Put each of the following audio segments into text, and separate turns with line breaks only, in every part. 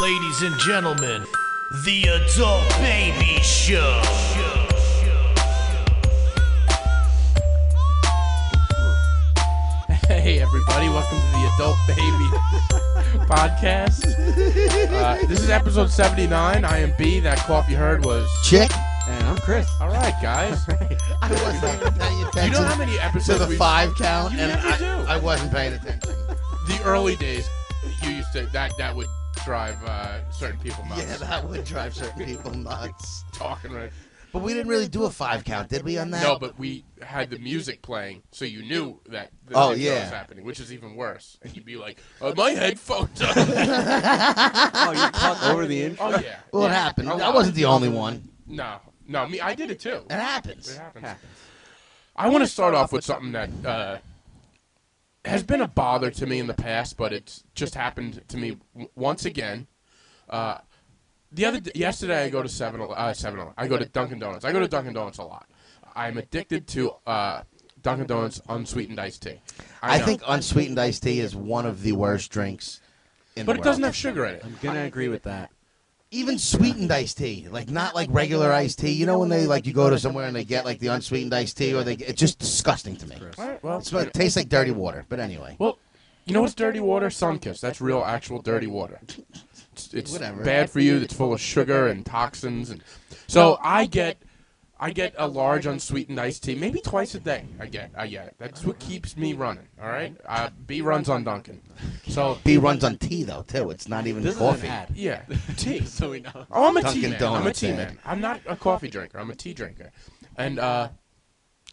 Ladies and gentlemen, the Adult Baby Show.
Hey everybody, welcome to the Adult Baby Podcast. Uh, this is episode 79. I am B. That cough you heard was.
Chick.
And I'm Chris.
All right, guys.
I wasn't even paying
You
attention
know how many
to
episodes
the
we-
five count,
You
and
never
I,
do.
I wasn't paying attention.
the early days you used to that that would drive uh, certain people nuts.
Yeah, that would drive certain people nuts.
Talking right.
But we didn't really do a five count, did we? On that?
No, but we had the music playing, so you knew that the
Oh,
video
yeah.
was happening, which is even worse. And you'd be like, oh, "My headphones." Are...
Oh, you talk over the intro.
oh yeah.
Well, it happened.
Oh,
I wasn't the only one.
No, no, me. I did it too.
It
It
happens.
happens. I want to start off with something that uh, has been a bother to me in the past, but it's just happened to me w- once again. Uh, the other d- yesterday, I go to Seven uh, Seven. Eleven. I go to Dunkin' Donuts. I go to Dunkin' Donuts a lot. I'm addicted to uh, Dunkin' Donuts unsweetened iced tea.
I,
know.
think unsweetened iced tea is one of the worst drinks. In
but it
the world.
doesn't have sugar in it.
I'm gonna agree with that.
even sweetened iced tea, like not like regular iced tea. You know when they like you go to somewhere and they get like the unsweetened iced tea, or they it's just disgusting to me.
Well,
It's- It tastes like dirty water. But anyway,
Well, you know what's dirty water? Sunkiss. That's real, actual dirty water. It's, it's
Whatever.
bad for you. It's full of sugar and toxins. And so I get, I get a large unsweetened iced tea, maybe twice a day. I get, I get it. That's what keeps me running. All right. Uh, B runs on Dunkin'. So
B runs on tea though too. It's not even coffee.
yeah, tea.
so we know.
Oh, I'm a tea
Dunkin'
man. I'm a
Donuts
tea
ad.
man. I'm not a coffee drinker. I'm a tea drinker. And uh,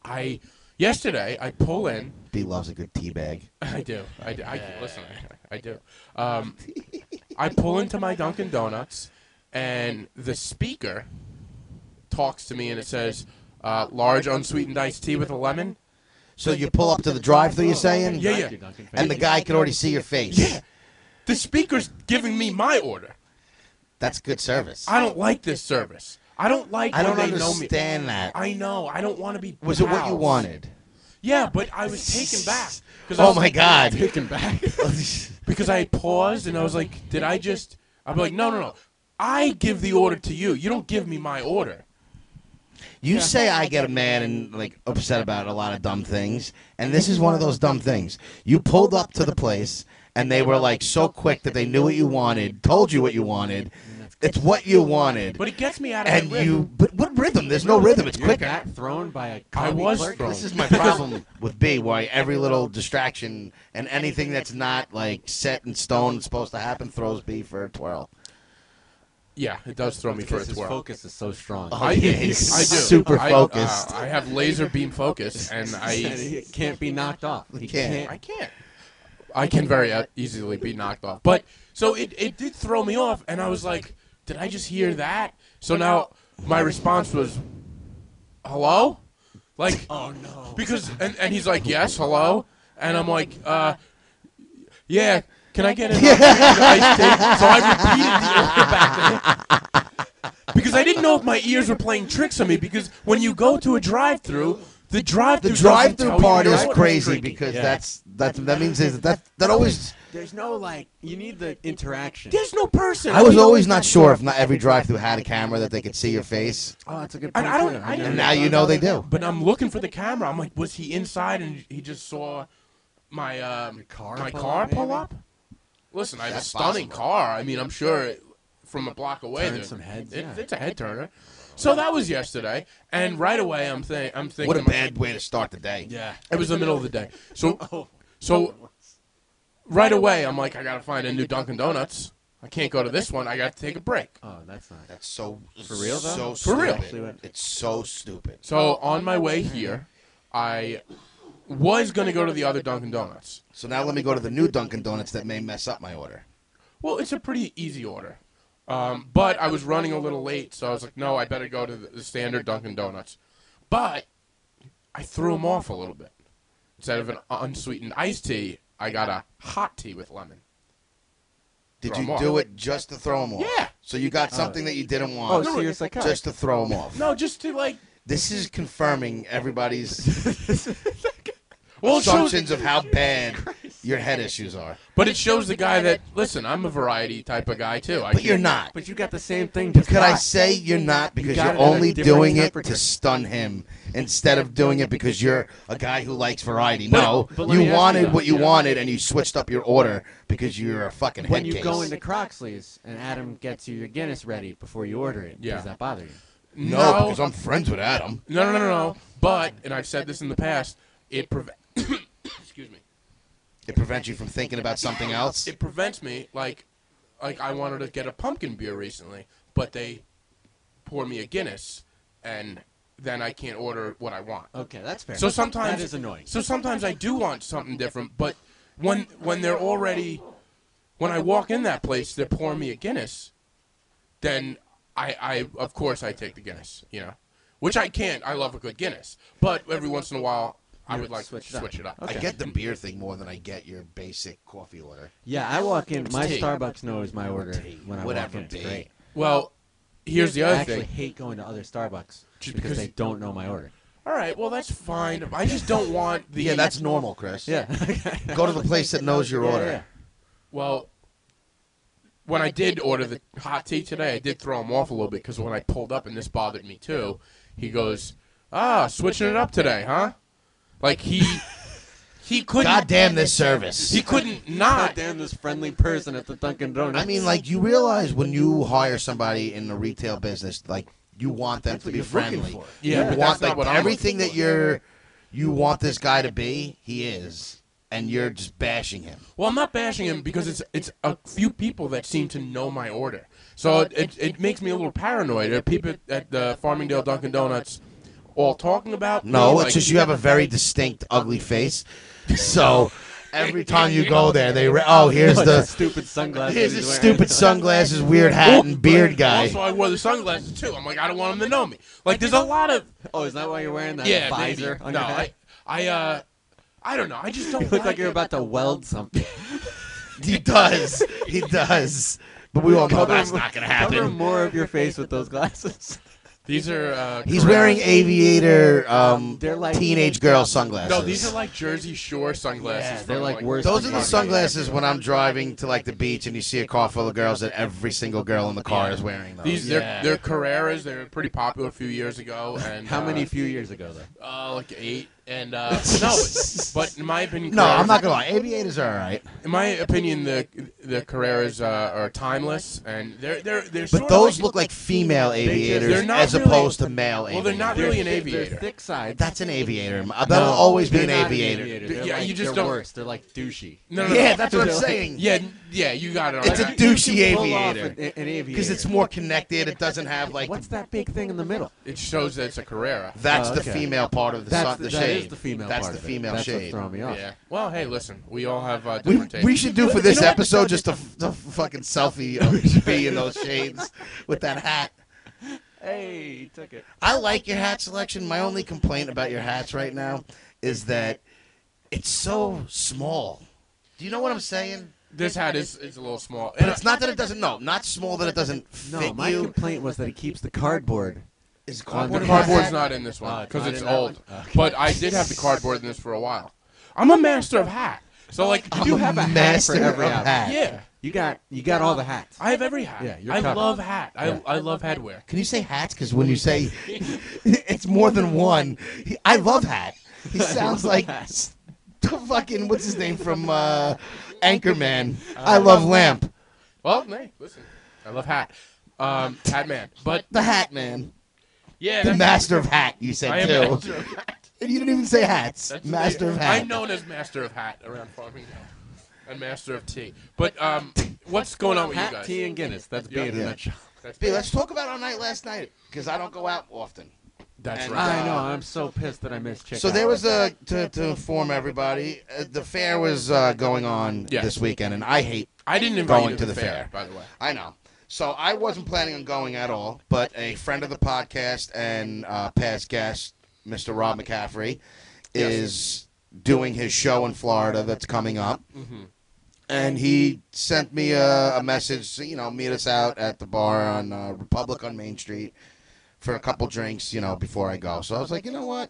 I yesterday I pull in.
B loves a good tea bag.
I do. I do. I, listen, I, I do. Um, I pull into my Dunkin' Donuts, and the speaker talks to me, and it says, uh, "Large unsweetened iced tea with a lemon."
So you pull up to the drive-through, you're saying?
Yeah, yeah.
And the guy can already see your face.
Yeah. The speaker's giving me my order.
That's good service.
I don't like this service. I don't like
I
when
don't
they know me.
understand that.
I know. I don't want to be.
Was it what you
browsed.
wanted?
Yeah, but I was taken back. 'cause I
Oh
was
my
like-
God.
Kicking back.
because I paused and I was like, did I just? I'm like, no, no, no. I give the order to you. You don't give me my order.
You say I get mad and like upset about a lot of dumb things, and this is one of those dumb things. You pulled up to the place, and they were like so quick that they knew what you wanted, told you what you wanted. It's what you wanted,
But it gets me out of
and
my rhythm.
you. But what rhythm? There's no rhythm. It's
You're
quicker.
back thrown by a.
I
commie
was
clerk?
thrown.
This is my problem with B. Why every little distraction and anything that's not like set in stone and supposed to happen throws B for a twirl.
Yeah, it does throw me for a
Because his
twirl.
focus is so strong.
Oh,
I,
yeah,
I do.
he's super
I, uh,
focused.
I have laser beam focus, and
And
I
he can't be knocked off. He
can't.
I can't. I can very uh, easily be knocked off. But so it it did throw me off, and I was like, did I just hear that? So now my response was, hello, like
Oh no.
because and, and he's like, yes, hello, and I'm like, uh, yeah. Can I get an iced tea? So I repeated the order back to him. because I didn't know if my ears were playing tricks on me. Because when you go to a drive-through, the drive-through
The drive-through part is crazy
Because
because
Yeah.
that's that's that means is that that always.
There's no like. You need the interaction.
There's no person.
I was always not sure if not every drive-through had a camera that they could see your face,
Oh, that's a good
And
point.
I don't-
too.
I
never
and now you know they do.
But I'm looking for the camera. I'm like, was he inside? And he just saw my um,
car
my
pull
car
up,
pull
maybe?
up. Listen, I have a
That's
stunning
possible.
car. I mean, I'm sure it- from a block away,
Turn
there-
some heads,
it-
yeah.
It's a head turner. So that was yesterday, and right away I'm think I'm thinking.
What a
to
bad Oh. way to start the day.
my- Yeah, it was the middle of the day. So so right away I'm like, I gotta find a new Dunkin' Donuts. I can't go to this one. I gotta take a break.
Oh, that's not.
That's so
For real, though?
So
For real.
stupid. It's so stupid.
So Oh, on my way here, I was gonna go to the other Dunkin' Donuts.
So now let me go to the new Dunkin' Donuts that may mess up my order.
Well, it's a pretty easy order. Um, but I was running a little late, so I was like, no, I better go to the, the standard Dunkin' Donuts. But I threw them off a little bit. Instead of an unsweetened iced tea, I got a hot tea with lemon.
Did
Throw 'em
you
off.
do it just to throw them off?
Yeah.
So you got something that you didn't
Oh,
want
so you're psychotic.
just to throw them off.
No, just to like.
This is confirming everybody's
Well, it shows,
assumptions of how bad your head issues are.
But it shows the guy that listen, I'm a variety type of guy too. I
But you're
can't-
not.
But you got the same thing.
Could I say you're not because
got
you are
it at a
only
different
doing it
temperature.
to stun him instead of doing it because you're a guy who likes variety?
But-
No,
but let me
you
ask you
wanted
that.
what you wanted and you switched up your order because you're a fucking
when
head
you
case.
go into Croxley's and Adam gets you your Guinness ready before you order it,
Yeah.
does that bother you?
no, because I'm friends with Adam.
No, no, no, no, no. But, and I've said this in the past, it prevents. excuse me.
It prevents you from thinking about something else.
It prevents me, like, like I wanted to get a pumpkin beer recently, but they pour me a Guinness, and then I can't order what I want.
Okay, that's fair.
So sometimes
that is annoying.
So sometimes I do want something different, but when when they're already, when I walk in that place, they're pouring me a Guinness, then I I of course I take the Guinness, you know, which I can't. I love a good Guinness, but every once in a while I
You
would like
switch it
to
up.
switch it up.
I
Okay.
get the beer thing more than I get your basic coffee order.
Yeah, I walk in. My
Tea.
Starbucks knows my order when I
Whatever
walk in.
be.
It's great.
Well, here's the
I
other
actually
thing.
hate going to other Starbucks
Just because-
because they don't know my order.
All right, well that's fine. I just don't want the
Yeah, that's normal, Chris.
Yeah.
Go to the place that knows your
Yeah,
order.
yeah.
Well, when I did order the hot tea today, I did throw him off a little bit because when I pulled up, and this bothered me too, he goes, "Ah, switching it up today, huh?" Like he he couldn't
God damn this service.
he couldn't not.
Goddamn this friendly person at the Dunkin' Donuts.
I mean, like you realize when you hire somebody in the retail business, like you want them
That's
to
what
be
you're looking
friendly.
for.
You
Yeah, but
want
that's not
like
what I'm
everything
looking
that you're, you want this guy to be. He is, and you're just bashing him.
Well, I'm not bashing him because it's it's a few people that seem to know my order, so it it, it makes me a little paranoid. Are people at the Farmingdale Dunkin' Donuts all talking about? me?
No,
Like-
it's just you have a very distinct ugly face, so. Every time you go there, they re- oh here's
What's that
the
stupid sunglasses.
here's the
he's wearing?
stupid sunglasses, weird hat, and beard
Also,
guy.
I wore the sunglasses too. I'm like, I don't want them to know me. Like, there's a lot of
Oh, is that why you're wearing that
yeah,
visor?
maybe.
On
no,
your
I,
head?
I, uh, I don't know. I just don't
You look like you're about to weld something.
He does, he does, but we all know
Cover
that's
him-
not gonna
Cover
happen.
more of your face with those glasses.
These are. Uh,
He's
Carrera-
wearing aviator, um,
They're like-
teenage girl sunglasses.
No, these are like Jersey Shore sunglasses.
Yeah, they're
from,
like worse
Those are the
Yeah.
sunglasses when I'm driving to like the beach and you see a car full of girls that every single girl in the car is wearing those.
These they're they're Carreras. They were pretty popular a few years ago. And
How
uh,
many few years ago though?
Uh, like eight. And uh, no, but in my opinion,
no, I'm
Carreras-
not gonna lie. Aviators are alright,
In my opinion, the the Carreras uh, are timeless, and they're they're they're.
but
sort
those
of like,
look like female aviators
they're not
as
really-
opposed to male.
Well, they're not
aviators.
really an
They're-
aviator.
They're thick sides.
That's an aviator. That'll always be
They're
an
not
aviator.
They're
Yeah,
like-
you just
they're
don't-
worse. They're like douchey.
No, no, no.
Yeah, that's what I'm
They're like-
saying.
yeah, yeah. You got it. on
It's a
that.
douchey
You can pull off
aviator.
An, an aviator.
because it's more connected. It doesn't have like
What's that big thing in the middle?
It shows that it's a Carrera.
that's
Oh,
the
okay.
female part of the
That's
sun,
the,
the
that is
shade.
the female
That's
part
the
of it.
female
That's
shade.
What's throwing me off.
Yeah. Well, hey, listen, we all have uh,
We,
different tastes.
we should do for this episode just a, f- a fucking selfie of me in those shades with that hat.
Hey, he took it.
I like your hat selection. My only complaint about your hats right now is that it's so small. Do you know what I'm saying?
this hat is, is a little small.
But it's not that it doesn't. No, not small that it doesn't fit
No, my
you.
complaint was that he keeps the cardboard.
Is
cardboard
the
in
cardboard's
hat.
not in this one
Oh, it's
because
not
it's
in that
old.
one?
But I did have the cardboard in this for a while. I'm a master of hat. So like you do have a hat.
master
for every
of
outfit.
hat.
Yeah,
You got you got all the hats.
I have every hat.
Yeah, you're
I
covered.
love hat. I
Yeah.
I love headwear.
Can you say hats? Because when you say it's more than one, he, I love hat. He sounds like s- the fucking what's his name from uh, Anchorman. I love lamp.
Well, hey, listen, I love hat. Um, hat man. But
The hat man.
yeah,
The
that's-
master of hat. You
I
said
am
too.
master of hat.
And you didn't even say hats.
That's-
master of hat.
I'm known as master of hat around farming now, and master of tea. But um, what's going on with you
Hat,
guys?
tea, and Guinness. That's
Yeah.
being in
Yeah.
a nutshell.
That's,
Hey, let's talk about our night last night because I don't go out often.
that's
and-
right.
I know. I'm so pissed that I missed chicken.
So there was a to, to inform everybody. Uh, the fair was uh, going on
Yes.
this weekend, and I hate
I didn't invite
Going
you to the, fair,
fair.
by the way.
I know. So I wasn't planning on going at all, but a friend of the podcast and uh, past guest, Mr. Rob McCaffrey, is doing his show in Florida that's coming up. And he sent me a, a message, you know, meet us out at the bar on uh, Republic on Main Street for a couple drinks, you know, before I go. So I was like, you know what?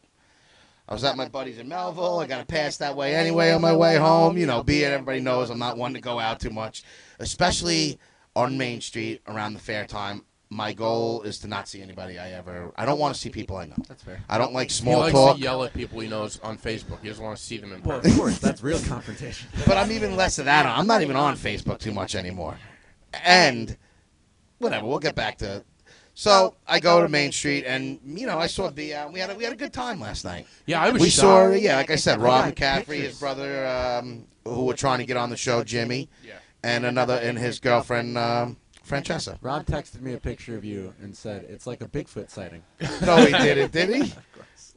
I was at my buddies in Melville. I got to pass that way anyway on my way home. You know, being everybody knows I'm not one to go out too much, especially on Main Street around the fair time. My goal is to not see anybody I ever. I don't want to see people I know.
That's fair.
I don't like
He
small
likes
talk.
to yell at people he knows on Facebook. He doesn't want to see them in
Well,
person.
of course, that's real confrontation.
but I'm even less of that. I'm not even on Facebook too much anymore. And whatever, we'll get back to. So I go to Main Street, and you know, I saw the. Uh, we had a, we had a good time last night.
Yeah, I was
We
shocked.
saw, yeah, like I said, Rob
I got
McCaffrey, his
pictures.
brother, um, who were trying to get on the show, Jimmy,
Yeah.
and another, and his girlfriend, um, Francesca.
Rob texted me a picture of you and said it's like a Bigfoot sighting.
No, he did it, did he?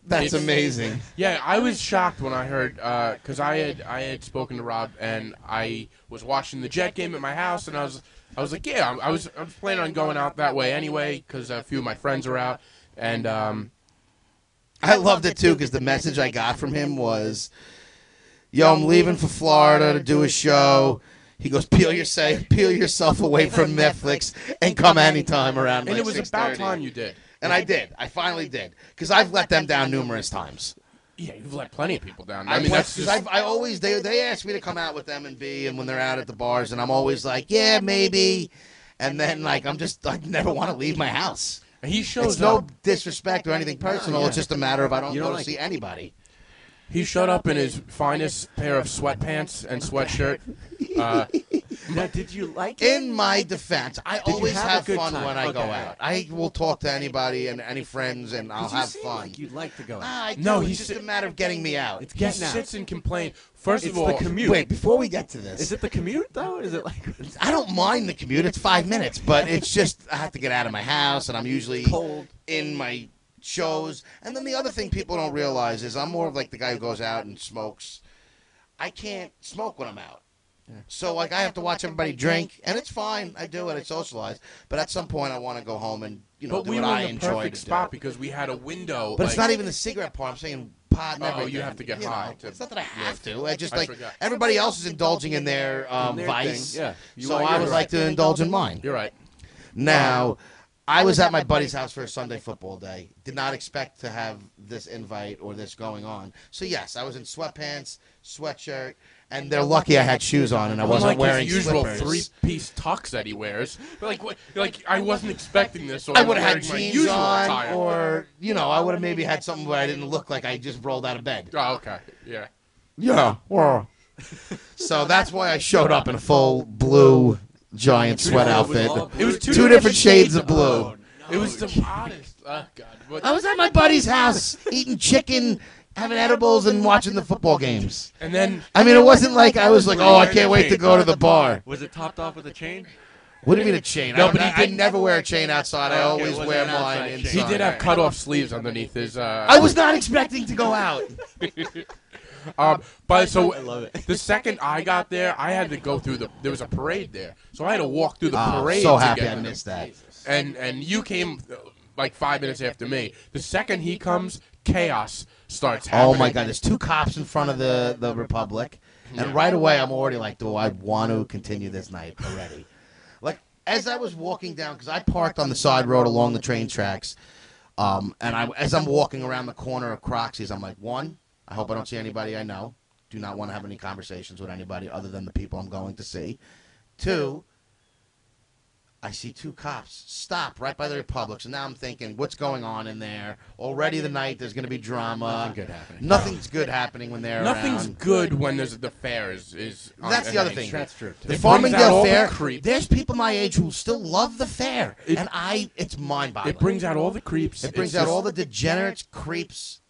That's amazing.
Yeah, I was shocked when I heard because I had I had spoken to Rob and I was watching the Jet game at my house and I was I was like yeah I'm- I was I was planning on going out that way anyway because a few of my friends are out and um,
I loved it too because the message I got from him was, "Yo, I'm leaving for Florida to do a show." He goes, "Peel yourself, peel yourself away from Netflix and come anytime around."
and
like
it was about
6:30."
time you did.
And I did. I finally did because I've let them down numerous times.
Yeah, you've let plenty of people down. I
I
mean that's just
I, I always they they ask me to come out with them and B, and when they're out at the bars, and I'm always like, "Yeah, maybe," and then like I'm just I never want to leave my house.
he shows
It's no
up.
disrespect or anything personal. It's just a matter of I don't
You don't
go to
like
see
it.
anybody.
He showed up in his finest pair of sweatpants and sweatshirt. Uh,
now, did you like it?
In my defense, I
you
always
have a
have,
good
fun
time?
when I go
Okay.
out. I will talk to anybody and any friends, and I'll
'Cause you
have
seem
fun.
Like you'd like to go. out.
Ah, I do.
No,
it's
he's
just
si-
a matter of getting me out.
It's
he
getting out.
sits and complains. First
It's
of all,
the commute.
Wait, before we get to this,
Is it the commute though? Is it like
I don't mind the commute. It's five minutes, but it's just I have to get out of my house, and I'm usually
Cold.
in my shows. And then the other thing people don't realize is I'm more of like the guy who goes out and smokes. I can't smoke when I'm out. So like I have to watch everybody drink, and it's fine. I do it. I socialize, but at some point I want to go home and you know
but
do
we
what
were
I
in the
enjoy
perfect
to
spot
do.
because we had a window.
But it's
like-
not even the cigarette part. I'm saying pot. And
Oh, you
everything.
have to get
know,
high to-
it's not that I have to. I just
I
like
forgot.
everybody else is indulging in their um,
their
vice.
thing, yeah. You
So
want
I
yours.
would like to indulge in mine.
You're right.
Now, I was at my buddy's house for a Sunday football day. Did not expect to have this invite or this going on. So yes, I was in sweatpants, sweatshirt, and they're lucky I had shoes on and I wasn't
Unlike
wearing
his usual
slippers.
three-piece tux that he wears. But like, what, like I wasn't expecting this. So
I
I'm
would have had
wearing my
jeans
usual
on,
attire.
or you know, I would have maybe had something where I didn't look like I just rolled out of bed.
Oh, okay. Yeah.
Yeah. Well. so that's why I showed up in a full blue giant sweat outfit.
It was two,
Two different shades of blue.
It was the oddest. Oh God. What,
I was at my buddy's house eating chicken, having edibles, and watching the football games.
and then
I mean, it wasn't like I was like, oh, I can't wait to go to the bar.
was it topped off with a chain?
What do you mean a chain?
No,
I,
but
but
he
I
did-
never wear a chain outside. I
it
always
wasn't
wear
an
mine
outside chain.
inside.
he did have cut-off sleeves underneath his. Uh,
I was not expecting to go out.
Um, but so the second I got there, I had to go through the. There was a parade there, so I had to walk through the parade.
Ah, so
to
happy
get
I
to them.
missed that.
And and you came uh, like five minutes after me. The second he comes, chaos starts
Oh
happening.
my God! There's two cops in front of the the Republic, and right away I'm already like, do I want to continue this night already? Like as I was walking down, because I parked on the side road along the train tracks, um, and I as I'm walking around the corner of Croxy's, I'm like, one, I hope I don't see anybody I know. Do not want to have any conversations with anybody other than the people I'm going to see. Two, I see two cops stop right by the Republic. So now I'm thinking, what's going on in there? Already the night, there's going to be drama.
Nothing good happening.
Nothing's good happening when they're
Nothing's
around.
good when there's the fair is. is on
That's the
at
other
Main
thing.
Street.
That's true.
The
It brings out all
Farmingdale
the
Fair,
creeps.
there's people my age who still love the fair, and I, it's mind-boggling.
It brings out all the creeps.
It brings
It's
out
just-
all the degenerates, creeps,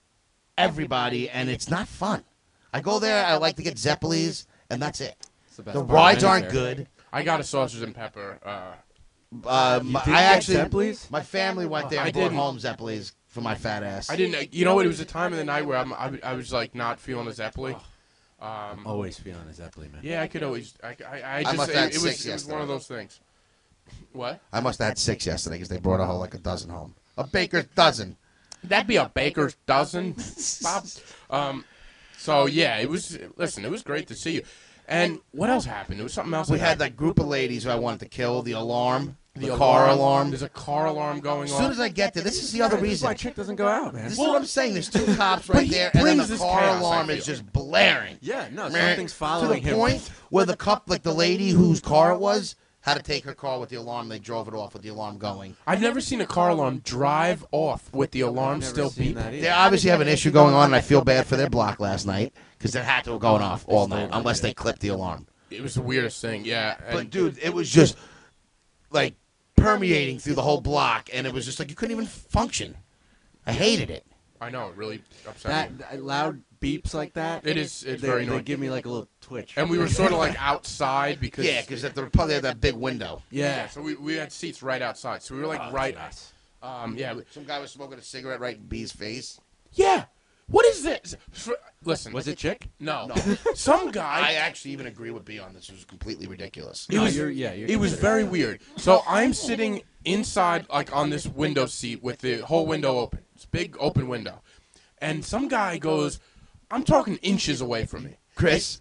everybody, and it's not fun. I go there, I like to get Zeppelis, and that's it.
It's the best
The
part of
rides
any
aren't
fair.
good.
I got a sausage and pepper. Uh,
Um,
did
I
get
actually,
Zeppelis?
my family went there
I
and brought
didn't.
home Zeppelis for my fat ass.
I didn't. You know what? It was a time of the night where I'm, I, w- I was like not feeling as Zeppeli. Um,
Always feeling a Zeppelin man.
yeah, I could always. I, I, I just.
must
it,
have had
it was.
six
It was one
yesterday.
of those things. What?
I must have had six yesterday because they brought a whole like a dozen home. A baker's dozen.
That'd be a baker's dozen, Bob. Um, so yeah, it was. Listen, it was great to see you. And what else happened? It was something else.
We
that
had
happened.
that group of ladies who I wanted to kill. The alarm. The car alarm.
There's a car alarm going
As
on.
soon as I get there, this is the other
This is
reason.
why chick doesn't go out, man.
This is what I'm saying. There's two cops right
he
there, and then
brings
the
this
car
chaos, I
alarm is
feel.
just blaring.
Yeah, no,
Meh.
something's following
to the
him.
point where the cup, like the lady whose car it was, had to take her car with the alarm. They drove it off with the alarm going.
I've never seen a car alarm drive off with the alarm
never
still beeping.
seen that either.
They obviously have an issue going on, and I feel bad for their block last night because they had to have gone off all night unless they clipped the alarm.
It was the weirdest thing. Yeah.
But
and-
dude, it was just like permeating through the whole block, and it was just like you couldn't even function. I hated it.
I know it really upset
That,
me.
that loud beeps like that.
It is. It's
they,
very
they
annoying.
give me like a little twitch.
and we were sort of like outside because
Yeah, because they probably had that big window.
yeah. So we, we had seats right outside. So we were like
Oh,
Oh,
right.
nice.
Um. Yeah. we-
Some guy was smoking a cigarette right in B's face.
Yeah. What is this? For- listen.
Was it chick?
No.
No.
Some guy.
I actually even agree with B on this. It was completely ridiculous.
It
No,
was,
you're- yeah, you're
it was
considered.
very weird. So I'm sitting inside, like on this window seat with the whole window open. It's a big open window. And some guy goes, I'm talking inches away from me.
Chris,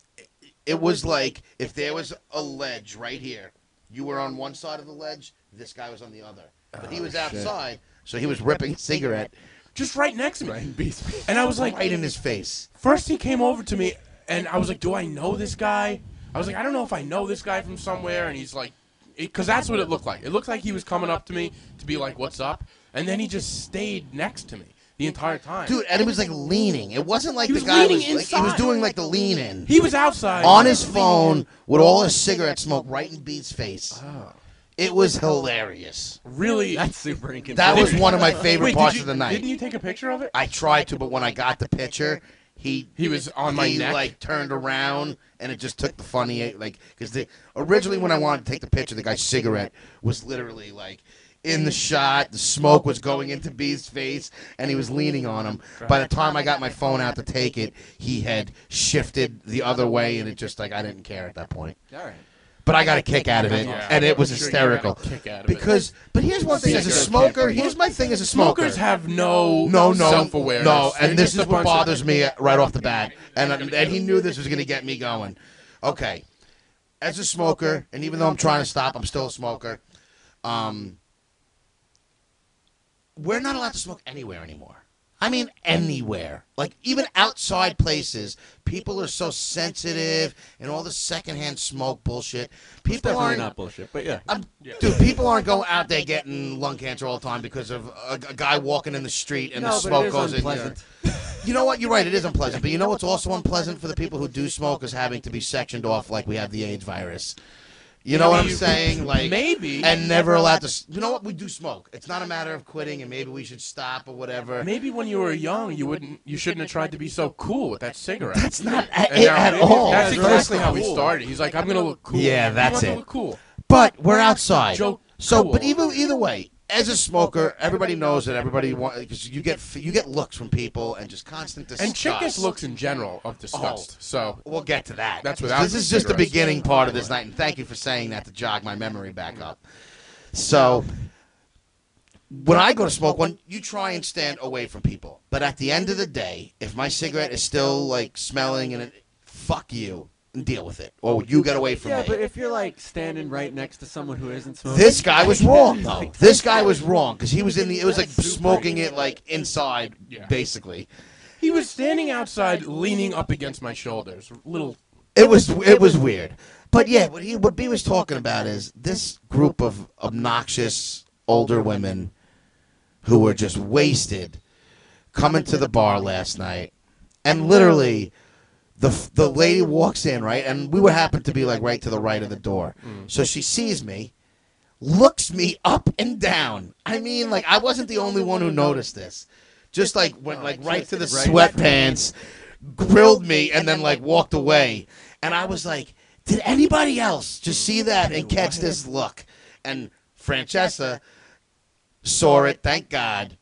it was like if there was a ledge right here, you were on one side of the ledge, this guy was on the other. But
Oh,
he was outside, so he was ripping a cigarette
Just right next to me.
Beeps.
And I was like,
right in his face.
first he came over to me, and I was like, do I know this guy? I was like, I don't know if I know this guy from somewhere. And he's like, because that's what it looked like. It looked like he was coming up to me to be like, what's up? And then he just stayed next to me the entire time.
Dude, and it was like leaning. It wasn't like
He
the
was
guy was
leaning
like, he was
inside.
doing like the lean in.
he was outside.
on his phone with all his cigarette smoke right in B's face.
Oh.
It was hilarious.
Really.
That's super inconvenient.
That was one of my favorite
Wait,
parts
did you,
of the night.
Didn't you take a picture of it?
I tried to, but when I got the picture, he
He was on my
he,
neck.
like turned around, and it just took the funny like because the originally when I wanted to take the picture, the guy's cigarette was literally like in the shot. The smoke was going into B's face, and he was leaning on him. By the time I got my phone out to take it, he had shifted the other way, and it just like I didn't care at that point.
All right.
But I got a kick out of it,
Yeah.
and it was
Sure you got a
hysterical.
kick out of it.
Because, but here's one thing: as a
Cigarette
smoker,
company.
here's my thing as a smoker
Smokers have no
no, no,
self-awareness.
No, and
They're
this
just a
is what
bunch of-
bothers me right off the bat. And and he knew this was going to get me going. Okay, as a smoker, and even though I'm trying to stop, I'm still a smoker. Um, we're not allowed to smoke anywhere anymore. I mean, anywhere. Like even outside places, people are so sensitive, and all the secondhand smoke bullshit. People
Definitely
aren't.
not bullshit, but yeah.
I'm, Dude, people aren't going out there getting lung cancer all the time because of a, a guy walking in the street and the
No, but
smoke
it is
goes in.
unpleasant.
Your, you know what? You're right. It is unpleasant. But you know what's also unpleasant for the people who do smoke is having to be sectioned off like we have the AIDS virus. You know what I'm
You-
saying? Like
maybe.
and never allowed to. s- You know what? We do smoke. It's not a matter of quitting, and maybe we should stop or whatever.
Maybe when you were young, you wouldn't, you shouldn't have tried to be so cool with that cigarette.
That's not a-
And
it
now-
at all.
That's
Yeah,
exactly how
that's
we
cool.
started. He's like, I'm gonna look cool.
Yeah,
You
that's
want to
it.
Look cool.
But we're outside.
Joe
so,
Cool.
but even either way, as a smoker, everybody knows that everybody wants because you get you get looks from people and just constant disgust. Oh.
And chick just looks in general of disgust. So
We'll get to that.
That's without
This is just the
cigarettes.
beginning part of this night, and thank you for saying that to jog my memory back up. So, when I go to smoke one, you try and stand away from people. But at the end of the day, if my cigarette is still like smelling and it, fuck you and deal with it, or you get away from
Yeah,
me.
but if you're like standing right next to someone who isn't smoking,
This guy was wrong though. This guy was wrong because he was in the. It was like smoking it like inside,
Yeah.
basically.
he was standing outside, leaning up against my shoulders. Little.
It was it was weird. But yeah, what he what B was talking about is this group of obnoxious older women who were just wasted coming to the bar last night, and literally. The, f- the lady walks in right and we would happen to be like right to the right of the door so she sees me looks me up and down. I mean, like I wasn't the only one who noticed this. Just like went like right to the sweatpants, grilled me, and then like walked away. Mm. And I was like, did anybody else just see that and catch this look? And Francesca saw it. Thank God.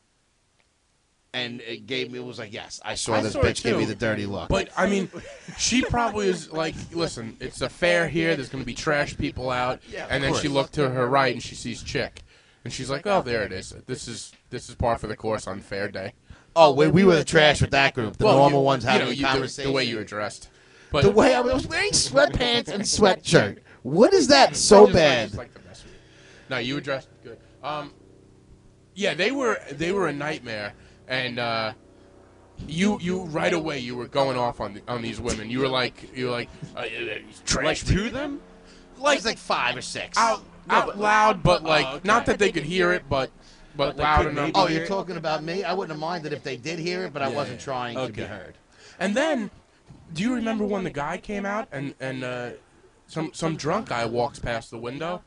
And it gave me. It was like, yes, I saw
I
this
saw it
bitch give me
too.
the dirty look.
But I mean, she probably is like, listen, it's a fair here. There's gonna be trash people out.
Yeah, of
and then she
course.
looked to her right and she sees chick, and she's like, oh, there it is. This is this is par for the course on fair day.
oh, we, we were the trash with that group. The normal
you-
ones
you
having
know,
a
you do-
conversation.
The way you were dressed. But
the way I was I was wearing sweatpants and sweatshirt. What is that so
I just- I
bad?
just like the mess with it. No, you addressed good. Um, yeah, they were they were a nightmare, and uh, you you right away you were going off on the, on these women. You were like you were like uh, uh, he's
Like
trash.
to them?
Like, was like five or six.
out out loud, but uh, like
okay.
not that they could hear it, but but,
they
loud
could
enough.
maybe
Oh,
hear
you're
it.
talking about me? I wouldn't have minded if they did hear it, but I
Yeah,
wasn't
yeah.
trying to be
Okay.
heard.
And then, do you remember when the guy came out and and uh, some some drunk guy walks past the window,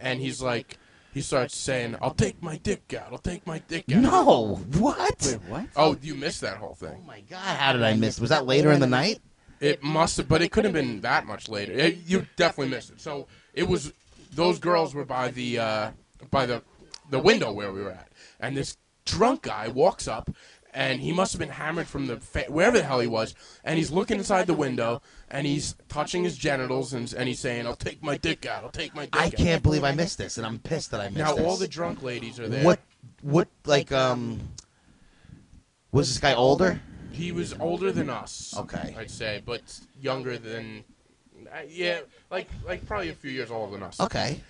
and he's like, he starts saying, "I'll take my dick out. I'll take my dick out."
No, what?
Wait, what?
Oh, you missed that whole
Oh
thing.
my God, how did I miss? Was that later in the night?
It must have, but it could have been that much later. It- you definitely missed it. So it was those girls were by the uh, by the the window where we were at, and this drunk guy walks up, and he must have been hammered from the fa- wherever the hell he was, and he's looking inside the window, and he's touching his genitals, and and he's saying, "I'll take my dick out. I'll take my dick
I
out."
can't believe I missed this, and I'm pissed that I missed
Now
this.
all the drunk ladies are there.
what? What? Like, um, was this guy older?
He was older than us.
Okay.
I'd say, but younger than, uh, yeah, like like probably a few years older than us.
Okay.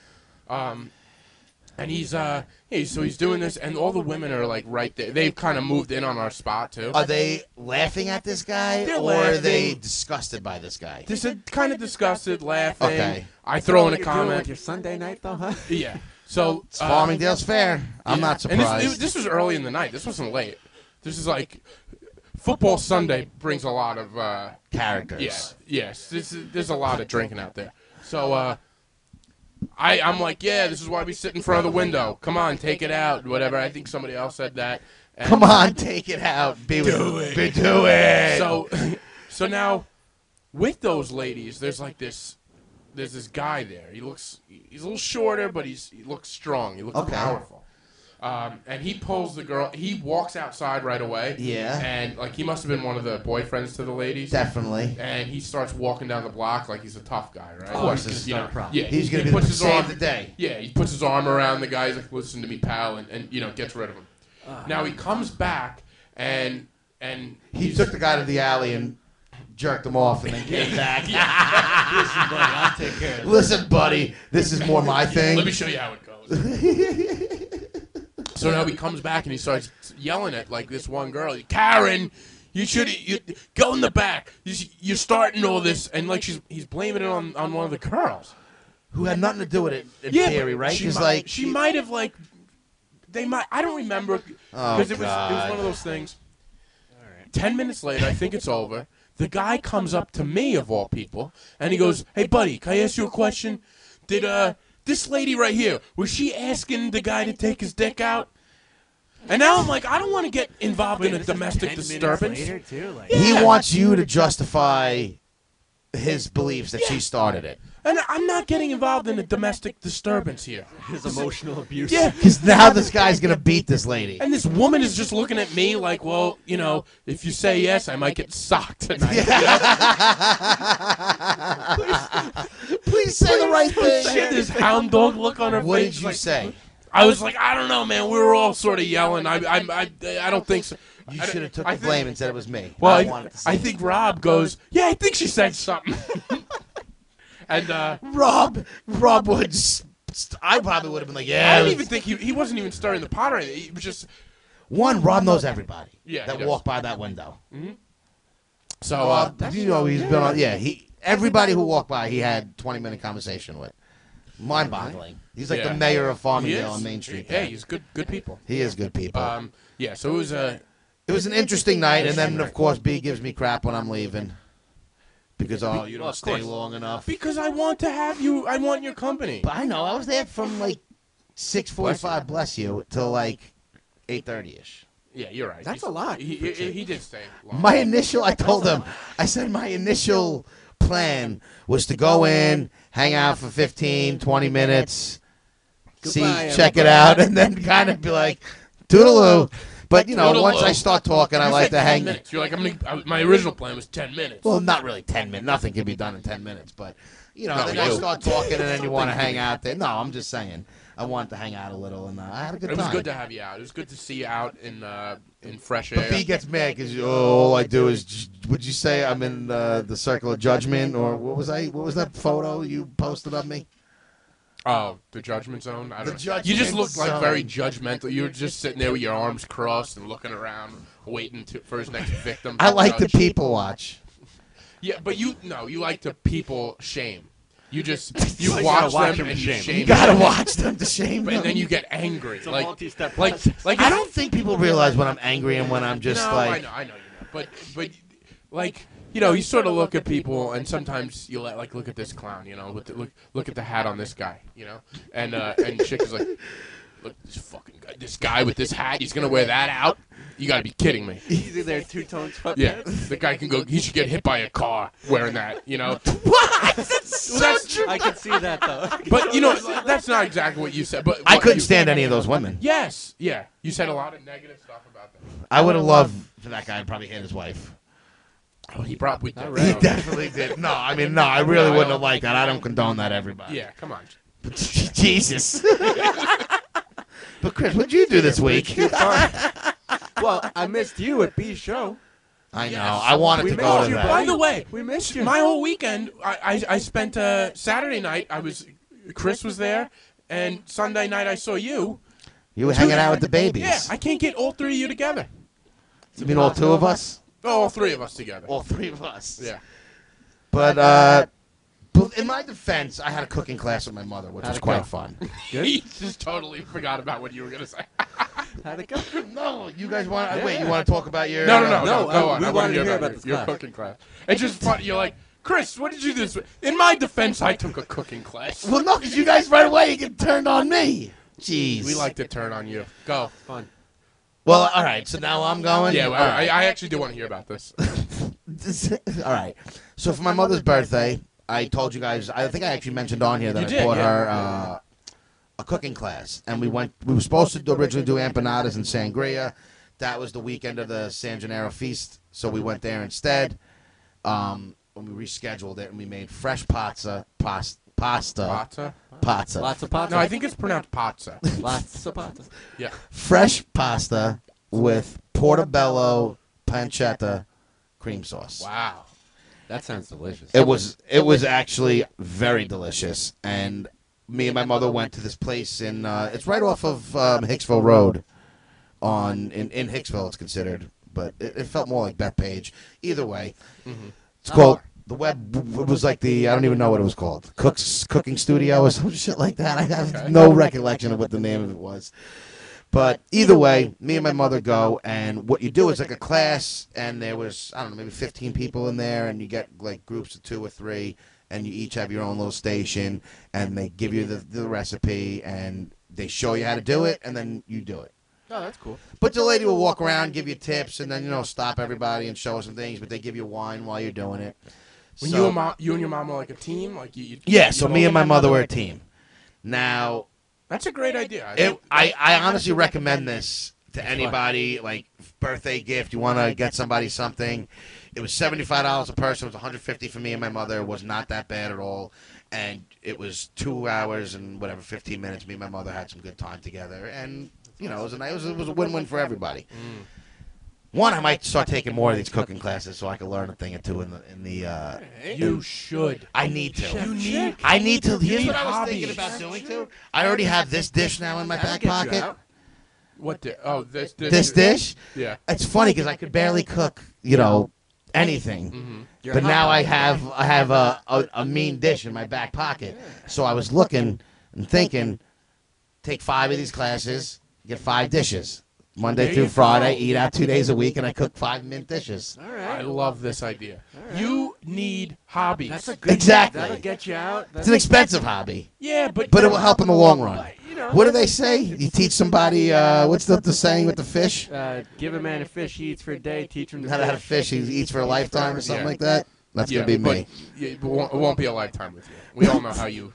And he's uh, hey, so he's doing this, and all the women are like right there. They've kind of moved in on our spot too.
Are they laughing at this guy,
They're
or are they
laughing.
disgusted by this guy?
Just kind of disgusted, laughing.
Okay.
I throw in a
You're doing with
comment.
your Sunday night though, huh?
Yeah. So uh,
It's Farmingdale's fair. I'm not
And this-
surprised.
it was- this, was early in the night. This wasn't late. This is like football Sunday brings a lot of uh,
Characters.
Yes, yes. This is, there's a lot of drinking out there. So uh, I, I'm like, yeah, this is why we sit in front of the window. Come on, take it out, whatever. I think somebody else said that. And
Come on, take it out. Be do it. Be do it.
So, so now with those ladies, there's like this. There's this guy there. He looks. He's a little shorter, but he's he looks strong. He looks
Okay.
powerful. Um, and he pulls the girl. He walks outside right away.
Yeah.
And like he must have been one of the boyfriends to the ladies
definitely.
and he starts walking down the block like he's a tough guy, right? Of
course, this is
you
not
know,
a problem.
Yeah,
He's
he-
gonna
he
be
puts
the
his
save
arm,
the day.
Yeah, he puts his arm around the guy. He's like, "Listen to me, pal," and, and you know gets rid of him. now he comes back and and
He took the guy to the alley and jerked him off, and then came back.
I'll take care of
Listen, buddy, this is more my thing.
Let me show you how it goes. so now he comes back and he starts yelling at like this one girl, Karen. You should you go in the back. You, sh- you're starting all this, and like she's he's blaming it on on one of the girls.
who had nothing to do with it in
yeah, but
theory, right?
She
She's
might,
like,
she might have like they might. I don't remember
Oh,
because it was it was
God.
one of those things. Ten minutes later, I think it's over. The guy comes up to me of all people, and he goes, "Hey, buddy, can I ask you a question? Did uh this lady right here was she asking the guy to take his dick out?" And now I'm like, I don't want to get involved in a domestic disturbance.
Later too, like
he wants you to justify his beliefs that she started it.
And I'm not getting involved in a domestic disturbance here.
his emotional abuse.
Yeah,
Because now this guy's gonna beat this lady.
And this woman is just looking at me like, well, you know, if you say yes, I might get socked tonight.
Please say the right
She had
thing.
this hound dog look on her
What
face.
did
She's
you
like-
say?
I was like, I don't know, man. We were all sort of yelling. I, I, I, I don't think so.
You
I don't-
should have took
I
the
think-
blame and said it was me.
Well,
I
I,
wanted to
I
say-
think Rob goes, yeah, I think she said something. and uh,
Rob, Rob would. s- s- I probably would have been like,
I
yeah.
don't even think he he wasn't even stirring the pot or anything. He was just
One, Rob knows everybody.
Yeah, he
that
does.
walked by that window.
so. Uh,
Rob, Oh, you know he's been on. Yeah, he. Everybody who walked by, he had twenty minute conversation with. Mind boggling. He's like
Yeah.
the mayor of
he
Farmingdale
is-
on Main Street.
Hey,
there.
he's good, good people.
He is good people.
Um, yeah. So it was uh, a.
it was an interesting night, and then of course B gives me crap when I'm leaving because oh you don't stay long enough.
Because I want to have you. I want your company.
But I know I was there from like six forty five, bless you, till like eight thirty ish.
Yeah, you're right.
That's
He's-
a lot.
He, he, he did stay. Long.
My initial, I told him, I said my initial plan was to go in, hang out for 15, 20 minutes, see,
Goodbye,
check it out, and then kind of be like, toodaloo. But you know,
Toodaloo.
once I start talking, I
You
like
said
to
10
hang.
Minutes. You're like, I'm gonna, I, my original plan was ten minutes.
Well, not really ten minutes. Nothing can be done in ten minutes, but you know,
Not
then
with
I
you.
start talking, and then you want to hang out there. No, I'm just saying, I wanted to hang out a little, and uh, I had a good
it was
time.
good to have you out. It was good to see you out in uh, in fresh air.
But B gets mad because all I do is. j- Would you say I'm in uh, the circle of judgment, or what was I? What was that photo you posted of me?
Oh, the judgment zone. I don't
The
know. You just
judgment
looked like
zone.
very judgmental. You were just sitting there with your arms crossed and looking around, waiting to, for his next victim. to
I like to
judge.
people watch.
Yeah, but you no, you like to people shame. You just you
gotta
watch,
watch
them
them
and you
shame.
shame.
You gotta
them.
watch them to shame
and
them.
then you get angry.
It's a
Like
multi-step process.
like like
I
if-
don't think people realize when I'm angry and when I'm just
no, I
like.
know, I know you know. But but like you know, you sort of look at people and sometimes you let, like look at this clown, you know, with the, look look at the hat on this guy, you know, and uh, and chick is like, look at this fucking guy, this guy with this hat, he's gonna wear that out. You gotta be kidding me.
Either they're two tone sweatpants.
Yeah, the guy can go. He should get hit by a car wearing that, you know.
What? That's so
that's-
true.
I can see that though.
But you know, that's not exactly what you said. But
I
what
couldn't
you-
stand any of those women.
Yes, yeah, you said a lot of negative stuff about them.
I would have loved for that guy to probably hit his wife.
Oh, he probably did.
He definitely did. No, I mean, no, I really wouldn't have liked that. I don't condone that, everybody.
Yeah, come on.
Jesus. but Chris, what'd you do this week?
Well, I missed you at B's show.
I know.
Yes.
I wanted
We
to go
missed
to
you,
By
that.
buddy.
the way,
We missed you.
my whole weekend, I, I, I spent uh, Saturday night. I was Chris was there, and Sunday night I saw you.
You were hanging out with the babies.
Yeah, I can't get all three of you together.
you mean all two of us?
Oh, all three of us together.
All three of us.
Yeah.
But uh, but in my defense, I had a cooking class with my mother, which was
it
quite
go?
fun.
He just totally forgot about what you were gonna say.
How'd it go?
no, you guys want? Wait, you want to talk about your? uh,
No, no, no, no.
No,
go
I-
on.
we
I
wanted
want to hear about,
this
your, your
class.
cooking class. It's just funny. You're like, Chris, what did you do this? week?" In my defense, I took a cooking class.
Well, no, because you guys right away you get turned on me. Jeez.
We like to turn on you. Go.
Fun.
Well, all right. So now I'm going.
Yeah,
All
I,
right.
I I actually do want to hear about this.
all right. So for my mother's birthday, I told you guys. I think I actually mentioned on here that
You
I
did,
bought
yeah.
her uh, a cooking class, and we went. We were supposed to do- originally do empanadas and sangria. That was the weekend of the San Gennaro feast, so we went there instead. Um, when we rescheduled it, and we made fresh pasta, pasta, pasta,
Pata?
pasta,
Lots of pasta.
No, I think it's pronounced pata.
Lots of pasta.
Yeah.
fresh pasta with portobello pancetta cream sauce.
Wow.
That sounds delicious.
It was it was actually very delicious, and me and my mother went to this place in uh, it's right off of um, Hicksville Road, on in, in Hicksville it's considered, but it, it felt more like Bethpage. Either way, it's called the web. It was like the I don't even know what it was called, Cook's Cooking Studio or some shit like that. I have
Okay.
no recollection of what the name of it was. But either way, me and my mother go, and what you do is like a class, and there was I don't know maybe 15 people in there, and you get like groups of two or three, and you each have your own little station, and they give you the, the recipe, and they show you how to do it, and then you do it.
Oh, that's cool.
But the lady will walk around, give you tips, and then you know stop everybody and show us some things. But they give you wine while you're doing it.
When
So-
you and mom, you and your mom were like a team, like you. you
yeah,
you
so
both-
me and my mother were a team. Now
That's a great idea. I
it,
think-
I, I honestly recommend this to anybody. Like birthday gift, you want to get somebody something. It was seventy five dollars a person. It was one hundred fifty for me and my mother. It was not that bad at all, and it was two hours and whatever fifteen minutes. Me and my mother had some good time together, and you know it was a nice, it was, it was a win win for everybody. One, I might start taking more of these cooking classes so I can learn a thing or two in the in the. Uh,
you should.
I need to.
You need.
I need to. Here's
need
what I was thinking
hobbies.
about doing too. I already have this dish now in my back pocket.
What? Di- oh, this. This,
This dish.
Yeah.
It's funny because I could barely cook, you know, anything.
Mhm.
You're
But
hot.
now I have I have a, a, a mean dish in my back pocket. So I was looking and thinking, take five of these classes, get five dishes. Monday
There you
through
go.
Friday, eat out two days a week, and I cook five mint dishes.
All right.
I love this idea. You need hobbies.
That's a good.
Exactly.
That'll get you out.
It's an expensive hobby,
yeah, but
but it will help in the long run.
you know.
What do they say? You teach somebody, uh, what's the, the saying with the fish?
Uh, give a man a fish he eats for a day. Teach him to
How to have a
fish.
fish he eats for a lifetime or something
Yeah.
like that? That's
yeah,
going to be
but
me.
y- it, won't, it won't be a lifetime with you. We all know how you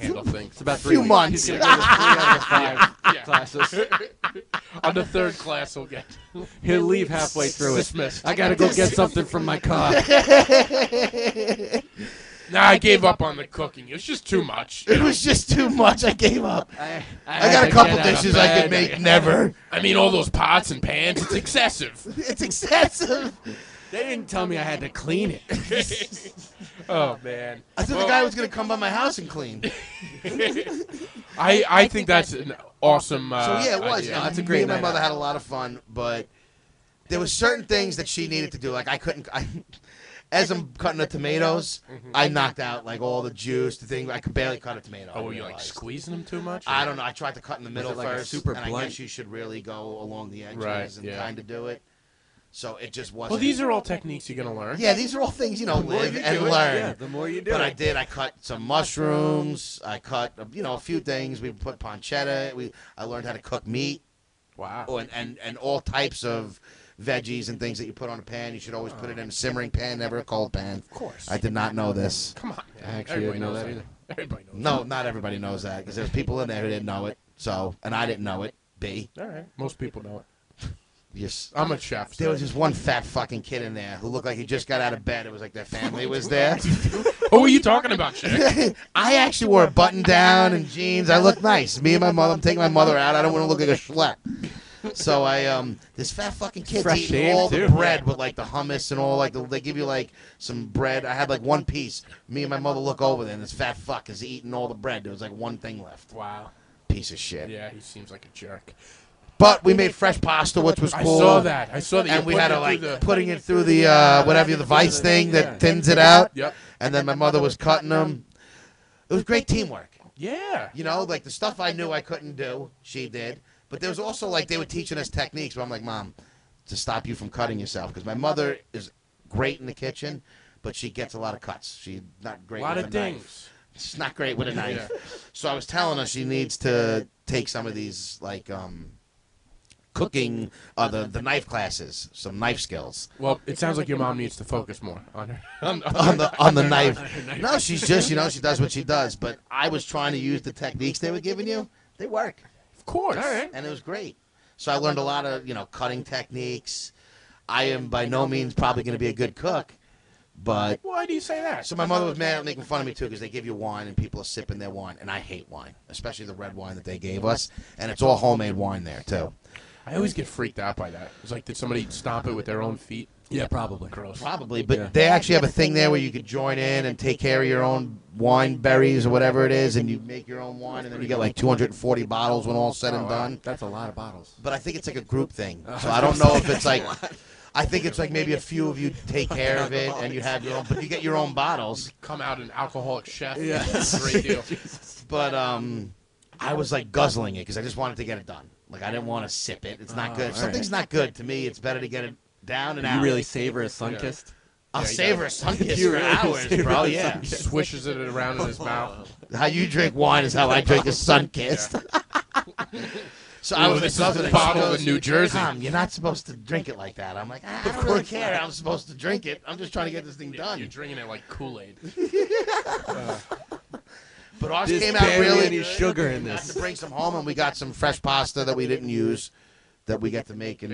handle things.
It's about three
Few
weeks.
months.
He's gonna go to three out of five
Ah.
Yeah.
classes.
On the third class, we'll get
He'll leave halfway through it.
dismissed.
I gotta go get something from my car.
Nah, I gave up on the cooking. It was just too much.
It was just too much. I gave up.
I,
I got a couple dishes I could
bed.
make. Never.
I mean, all those pots and pans, it's excessive.
It's excessive.
They didn't tell me I had to clean it.
Oh man,
I thought the guy was gonna come by my house and clean. So
I I think that's an awesome. Uh,
yeah, it was.
idea.
And
That's a
me
great
and my
night
mother
out.
had a lot of fun, but there were certain things that she needed to do. Like I couldn't. I, as I'm cutting the tomatoes,
Mm-hmm.
I knocked out like all the juice, the thing. I could barely cut a tomato.
Oh,
I
were you like
realized.
squeezing them too much?
I don't know. I tried to cut in the middle
it, like, a
first,
super
and I
blunt?
guess you should really go along the edges
Right,
and
yeah.
kind of do it. So it just wasn't.
Well, these are all techniques you're gonna learn.
yeah, these are all things you know live and learn.
Yeah, the more you do
But
it.
I did. I cut some mushrooms. I cut uh, you know a few things. We put pancetta. We I learned how to cook meat
Wow.
oh, and, and and all types of veggies and things that you put on a pan. You should always put it in a simmering pan, never a cold pan. Of
course.
I did not know this.
Come on. man.
I actually
Everybody
didn't know
knows
that
that.
either.
Everybody knows.
No, not everybody knows that because there's people in there who didn't know it. So and I didn't know it. B.
All right. Most people know it.
Yes.
I'm a chef.
There
so-
was just one fat fucking kid in there who looked like he just got out of bed. It was like their family was there.
Who are you talking about, Chick?
I actually wore a button down and jeans. I looked nice. Me and my mother. I'm taking my mother out. I don't want to look like a schlep. So I um this fat fucking kid's
Fresh
eating
shaved,
all the
too.
bread with like the hummus and all like the, they give you like some bread. I had like one piece. Me and my mother look over there and this fat fuck is eating all the bread. There was like one thing left.
wow.
Piece of shit.
Yeah, he seems like a jerk.
But we made fresh pasta, which was
I
cool.
saw that. I saw that.
And
you
we
put
had
it
to
through
like
the-
putting it through the uh, whatever the vice thing that thins it out.
Yep.
And then my mother was cutting them. It was great teamwork.
Yeah.
You know, like the stuff I knew I couldn't do, she did. But there was also like they were teaching us techniques. But I'm like, mom, to stop you from cutting yourself, because my mother is great in the kitchen, but she gets a lot of cuts. She's not
A
great.
lot
with
of
a knife.
things.
She's not great with a knife.
Yeah.
So I was telling her she needs to take some of these like um, cooking, uh, the the knife classes, some knife skills
Well, it sounds like your mom needs to focus more on her. On, on-
on the on the knife. No, she's just you know she does what she does. But I was trying to use the techniques they were giving you. They work.
of course. All right.
and it was great. So I learned a lot of you know cutting techniques. I am by no means probably going to be a good cook, but
Why do you say that?
so my mother was mad at making fun of me too because they give you wine and people are sipping their wine, and I hate wine, especially the red wine that they gave us, and it's all homemade wine there too.
I always get freaked out by that. It's like, did somebody stomp it with their own feet?
Yeah, probably.
Gross.
Probably, but they actually have a thing there where you could join in and take care of your own wine berries or whatever it is, and you make your own wine, and then you get like 240 bottles when all's said and done.
That's a lot of bottles.
but I think it's like a group thing. So I don't know if it's like. I think it's like maybe a few of you take care of it and you have your own, but you get your own bottles.
Come out an alcoholic chef.
Yeah.
Great deal.
But um, I was like guzzling it because I just wanted to get it done. Like I didn't want to sip it. It's not
Oh,
good. If
all
Something's not good to me. It's better to get it down and out.
You really savor a sunkist?
I'll
Yeah, you
savor
gotta-
a sunkiss
You
for
really
hours,
savor
bro.
a
Yeah.
Swishes it around in his mouth.
How you drink wine is how I drink a sunkist. so I
Ooh,
was
this is
like, guzzling it. She
bottled
goes,
in New Jersey.
Tom, you're not supposed to drink it like that. I'm like, I I don't really care. I'm supposed to drink it. I'm just trying to get this thing
You're
done.
drinking it like Kool Aid.
But ours
There's
came out
barely
really
any
good.
sugar in
We had to
this.
bring some home, and we got some fresh pasta that we didn't use, that we got to make and.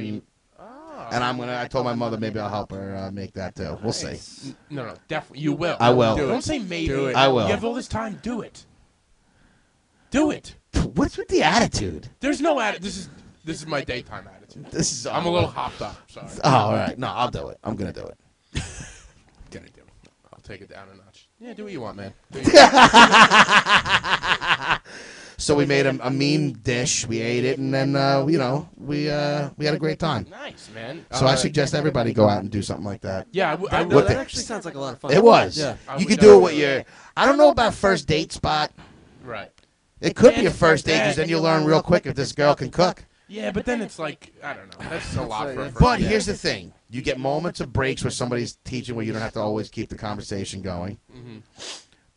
And I'm gonna. I told my mother maybe I'll help her uh, make that too. We'll see.
No, no, definitely. You will.
I will.
Do not say maybe.
Do it.
I will.
You have all this time. Do it. Do it.
What's with the attitude?
There's no atti- This is this is my daytime attitude.
This is.
I'm a little hopped up. Sorry.
Oh, all right. No, I'll do it. I'm gonna do it.
Gonna do it. I'll take it down a notch. Yeah, do what you want, man.
So we made a, a mean dish. We ate it, and then uh, you know we uh, we had a great time.
nice, man.
So I
Uh,
suggest everybody go out and do something like that.
Yeah, I, w- I
That,
would-
no,
What
that
the-
actually sounds like a lot of fun.
It was.
Yeah.
I
You
would
could do it with
definitely-
your. I don't know about first date spot.
right.
It could be a
Yeah,
first date because
yeah.
then you learn real quick if this girl can cook.
Yeah, but then it's like I don't know. That's a lot
like-
for. a first
But
date.
here's the thing: you get moments of breaks where somebody's teaching where you don't have to always keep the conversation going.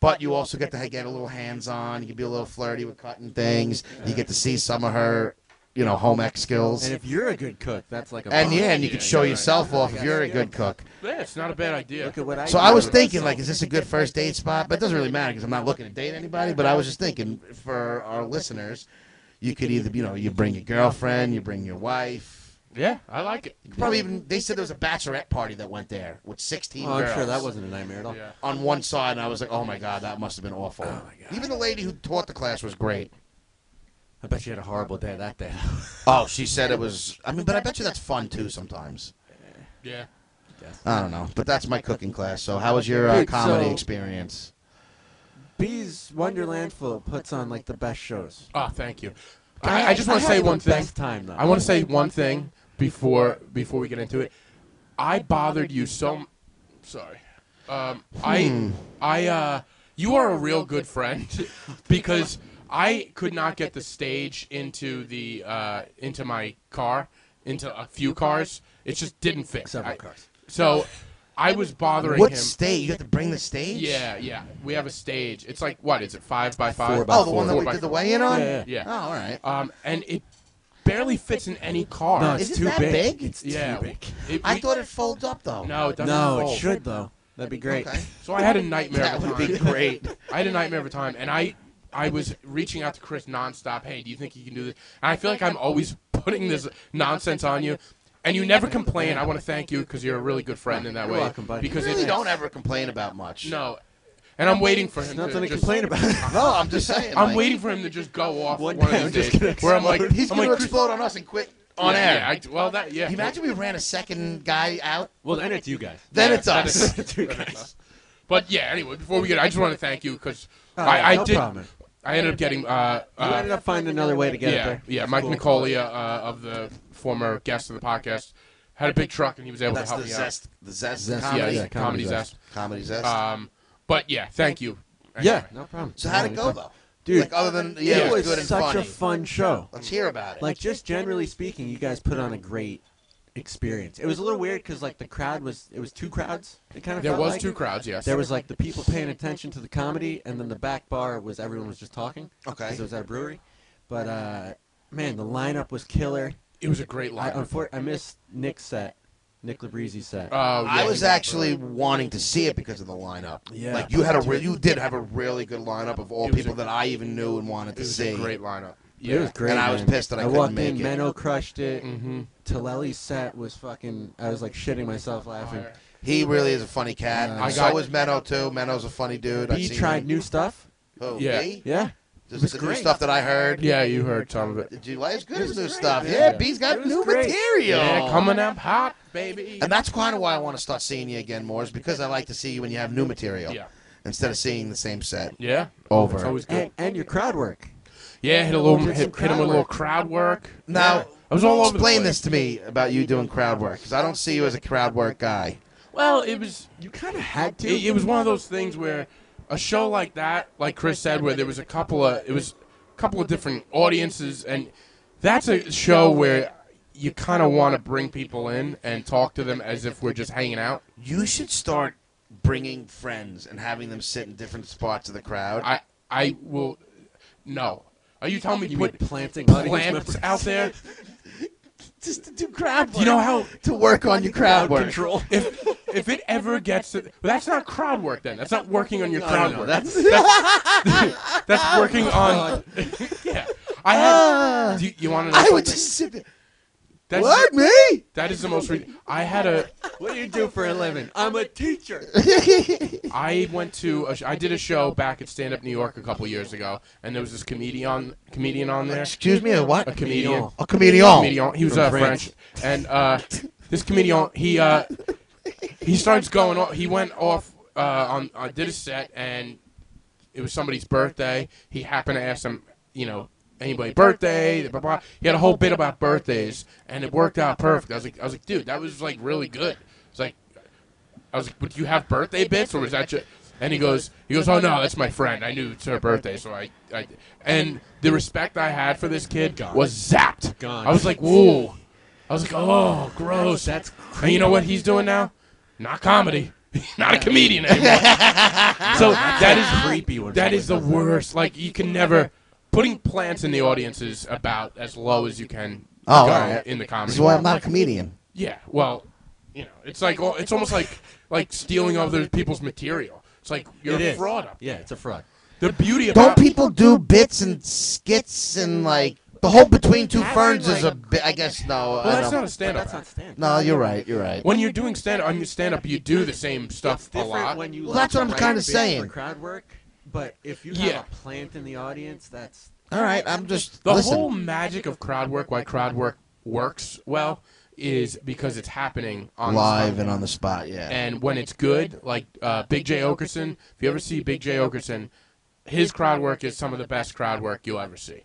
But you also get to get a little hands-on. You can be a little flirty with cutting things. You get to see some of her, you know, home ec skills.
And if you're a good cook, that's like a
And
bonus.
yeah, and you can
Yeah,
show
you're right.
yourself off if you're a good cook.
yeah, it's not a bad idea.
Look at what I
So I was
do.
thinking, like, is this a good first date spot? But it doesn't really matter because I'm not looking to date anybody. But I was just thinking for our listeners, you could either, you know, you bring your girlfriend, you bring your wife.
Yeah, I like it.
You could probably even they said there was a bachelorette party that went there with 16
Oh, I'm sure
girls
that wasn't a nightmare at all.
Yeah.
on one side, and I was like, oh my god, that must have been awful.
Oh,
Even the lady who taught the class was great.
I bet you had a horrible day that day.
Oh, she said it was. I mean, but I bet you that's fun too sometimes.
Yeah.
guess.
I don't know, but that's my cooking class. So, how was your uh,
Dude,
comedy
so-
experience?
Bees Wonderland Full puts on like the best shows.
Oh, thank you. I, I just want to
had
say
the
one thing.
Best time though.
I want to say one thing before before we get into it. I bothered you so. m- Sorry. Um, I I uh, you are a real good friend because I could not get the stage into the uh, into my car into a few cars. It just didn't fit.
several
I-
cars.
So I was bothering
What
him.
stage? You have to bring the stage?
Yeah, yeah. We have a stage. It's like what is it? Five by five.
Four by
Oh, the one that
Four
we
by
did the
four.
weigh in on?
Yeah,
Yeah.
Oh, all right.
Um, and it barely fits in any car.
No,
Is
it's
it
too
that big?
It's
yeah.
too big.
It-
I
we-
thought it folds up, though.
No, it doesn't.
No, it
fold.
should though. That'd be great.
Okay.
So I had a nightmare.
That
of
would
time.
be great.
I had a nightmare every time, and I, I was reaching out to Chris nonstop. Hey, do you think you can do this? And I feel like I'm always putting this nonsense on you, and you never complain. I want to thank you because you're a really good friend in that
You're
way.
welcome, buddy.
Because
You
it-
really don't ever complain about much.
No, and I'm waiting for him.
There's nothing
to
to
just-
complain about.
No, I'm just saying.
I'm
like,
waiting for him to just go off one,
One
of
day
these
I'm just
days,
gonna
where I'm like,
He's
I'm
going
like
to
Chris,
explode on us and quit on
yeah,
air.
yeah, I, well, that yeah.
Can you imagine we ran a second guy out?
Well, then it's you guys.
Then
Yeah,
it's us.
then it's- But yeah, anyway, before we get, I just want to thank you because I, I
Oh, no
did.
problem.
I ended up getting. Uh,
You
Oh, uh,
ended up finding another way to get
yeah,
it there.
yeah. Mike Nicolia uh, of the former guest of the podcast had a big truck and he was able
That's
to
the
help me out.
zest. The zest.
Zest,
comedy.
Yeah,
Yeah,
comedy
Comedy
zest.
Comedy zest.
Um, but yeah, thank you.
Yeah,
Anyway.
no problem.
so how'd it
No,
go,
but-
though?
Dude,
like, other than, yeah,
oh, it was
good and
such
funny.
a fun show.
Let's hear about it.
Like just generally speaking, you guys put on a great experience. It was a little weird because like the crowd was it was two crowds. It kind of
there
felt
was
like.
two crowds. Yes,
There was like the people paying attention to the comedy, and then the back bar was everyone was just talking.
Okay.
'cause it was at a brewery. But uh, man, the lineup was killer.
It was a great
I
lineup.
unfor- I missed Nick's set, Nick Labrizi's set.
Oh, yeah,
I was
he-
actually wanting to see it because of the lineup.
Yeah.
Like you had a re- you did have a really good lineup of all
It was
people
a-
that I even knew and wanted
It
to
was
see.
a great lineup. Yeah.
It was great.
And I was
man.
pissed that I
I
couldn't
walked
make it.
in, Menno crushed it.
Mhm.
Taleli's set was fucking. I was like shitting myself laughing.
Fire.
He really is a funny cat.
I
And
got-
so is Menno too. Menno's a funny dude. I've
He
seen
tried
him.
new stuff.
Who,
Yeah.
me?
Yeah.
This
was
is the new
great.
stuff that I heard.
Yeah, you heard some of it.
Did you like as good as new stuff?
man.
Yeah,
Yeah.
B's got
It was
new
great.
material.
Yeah, coming up hot, baby.
And that's kind of why I want to start seeing you again more, is because I like to see you when you have new material
Yeah.
instead of seeing the same set
Yeah,
over.
it's always good.
And, and your crowd work.
Yeah, hit a little,
Did some
hit, hit him
crowd
with a little
work.
crowd work.
Now,
I was all over. the
explain
place.
this to me about you doing crowd work, because I don't see you as a crowd work guy.
Well, it was
You kind of had to.
it, it was one of those things where a show like that, like Chris said, where there was a couple of it was a couple of different audiences, and that's a show where you kind of want to bring people in and talk to them as if we're just hanging out.
You should start bringing friends and having them sit in different spots of the crowd.
I I will no. Are you telling me
You mean
put
planting audience
plants
members?
out there?
just to do crowd work.
You know how
to work on your crowd work.
Control.
if if it ever gets to well, that's not crowd work then. That's not working on your crowd
no,
work.
that's-
that's, that's working
Oh
on yeah. I had do you, you want to know
Ah. I would
something?
just sit there.
That's-
what me?
That is the most. Re- I had a.
What do you do for a living? I'm a teacher.
I went to. A, sh- I did a show back at Stand Up New York a couple years ago, and there was this comedian comedian on there.
Excuse me, a what?
A comedian.
A comedian.
Comedian. He was
From
uh, French.
France.
and uh, this comedian, he uh, he starts going. off. He went off uh, on. Uh, did a set, and it was somebody's birthday. He happened to ask them, you know, anybody birthday. Blah blah. He had a whole bit about birthdays, and it worked out perfect. I was like, I was like, dude, that was like really good. It's like, I was like, but do you have birthday bits, or was that just? And he goes, he goes, oh no, that's my friend. I knew it's her birthday, so I, I, and the respect I had for this kid was zapped.
Gone.
I was like, whoa. I was like, oh, gross.
That's
And you know what he's doing now? Not comedy. Not a comedian anymore. so that is
creepy when
That
someone
is the worst. Like you can never putting plants in the audience is about as low as you can
Oh,
go
alright.
in the
This
comedy.
is why I'm
world.
not a comedian.
Yeah. Well, you know, it's like well, it's almost like like stealing other people's material. It's like you're
It
a
is.
fraud. Up.
Yeah, it's a fraud.
The beauty
Don't
about
people do bits and skits and like the whole between two ferns is a bit? I guess no.
well,
I
that's
don't-
not a
But
stand-up.
that's not stand.
no, you're right. You're right.
when you're doing stand on your stand-up, you do the same
It's
stuff a
different
lot.
when you.
Well,
like
that's what I'm
write
kinda
bits
saying.
For crowd work, but if you
Yeah.
have a plant in the audience, that's
All right, I'm just
The
listen.
whole magic of crowd work, why crowd work works well, is because it's happening on the spot.
live and on the spot. Yeah.
and when it's good, like uh, Big J Okerson, if you ever see Big J Okerson, his crowd work is some of the best crowd work you'll ever see.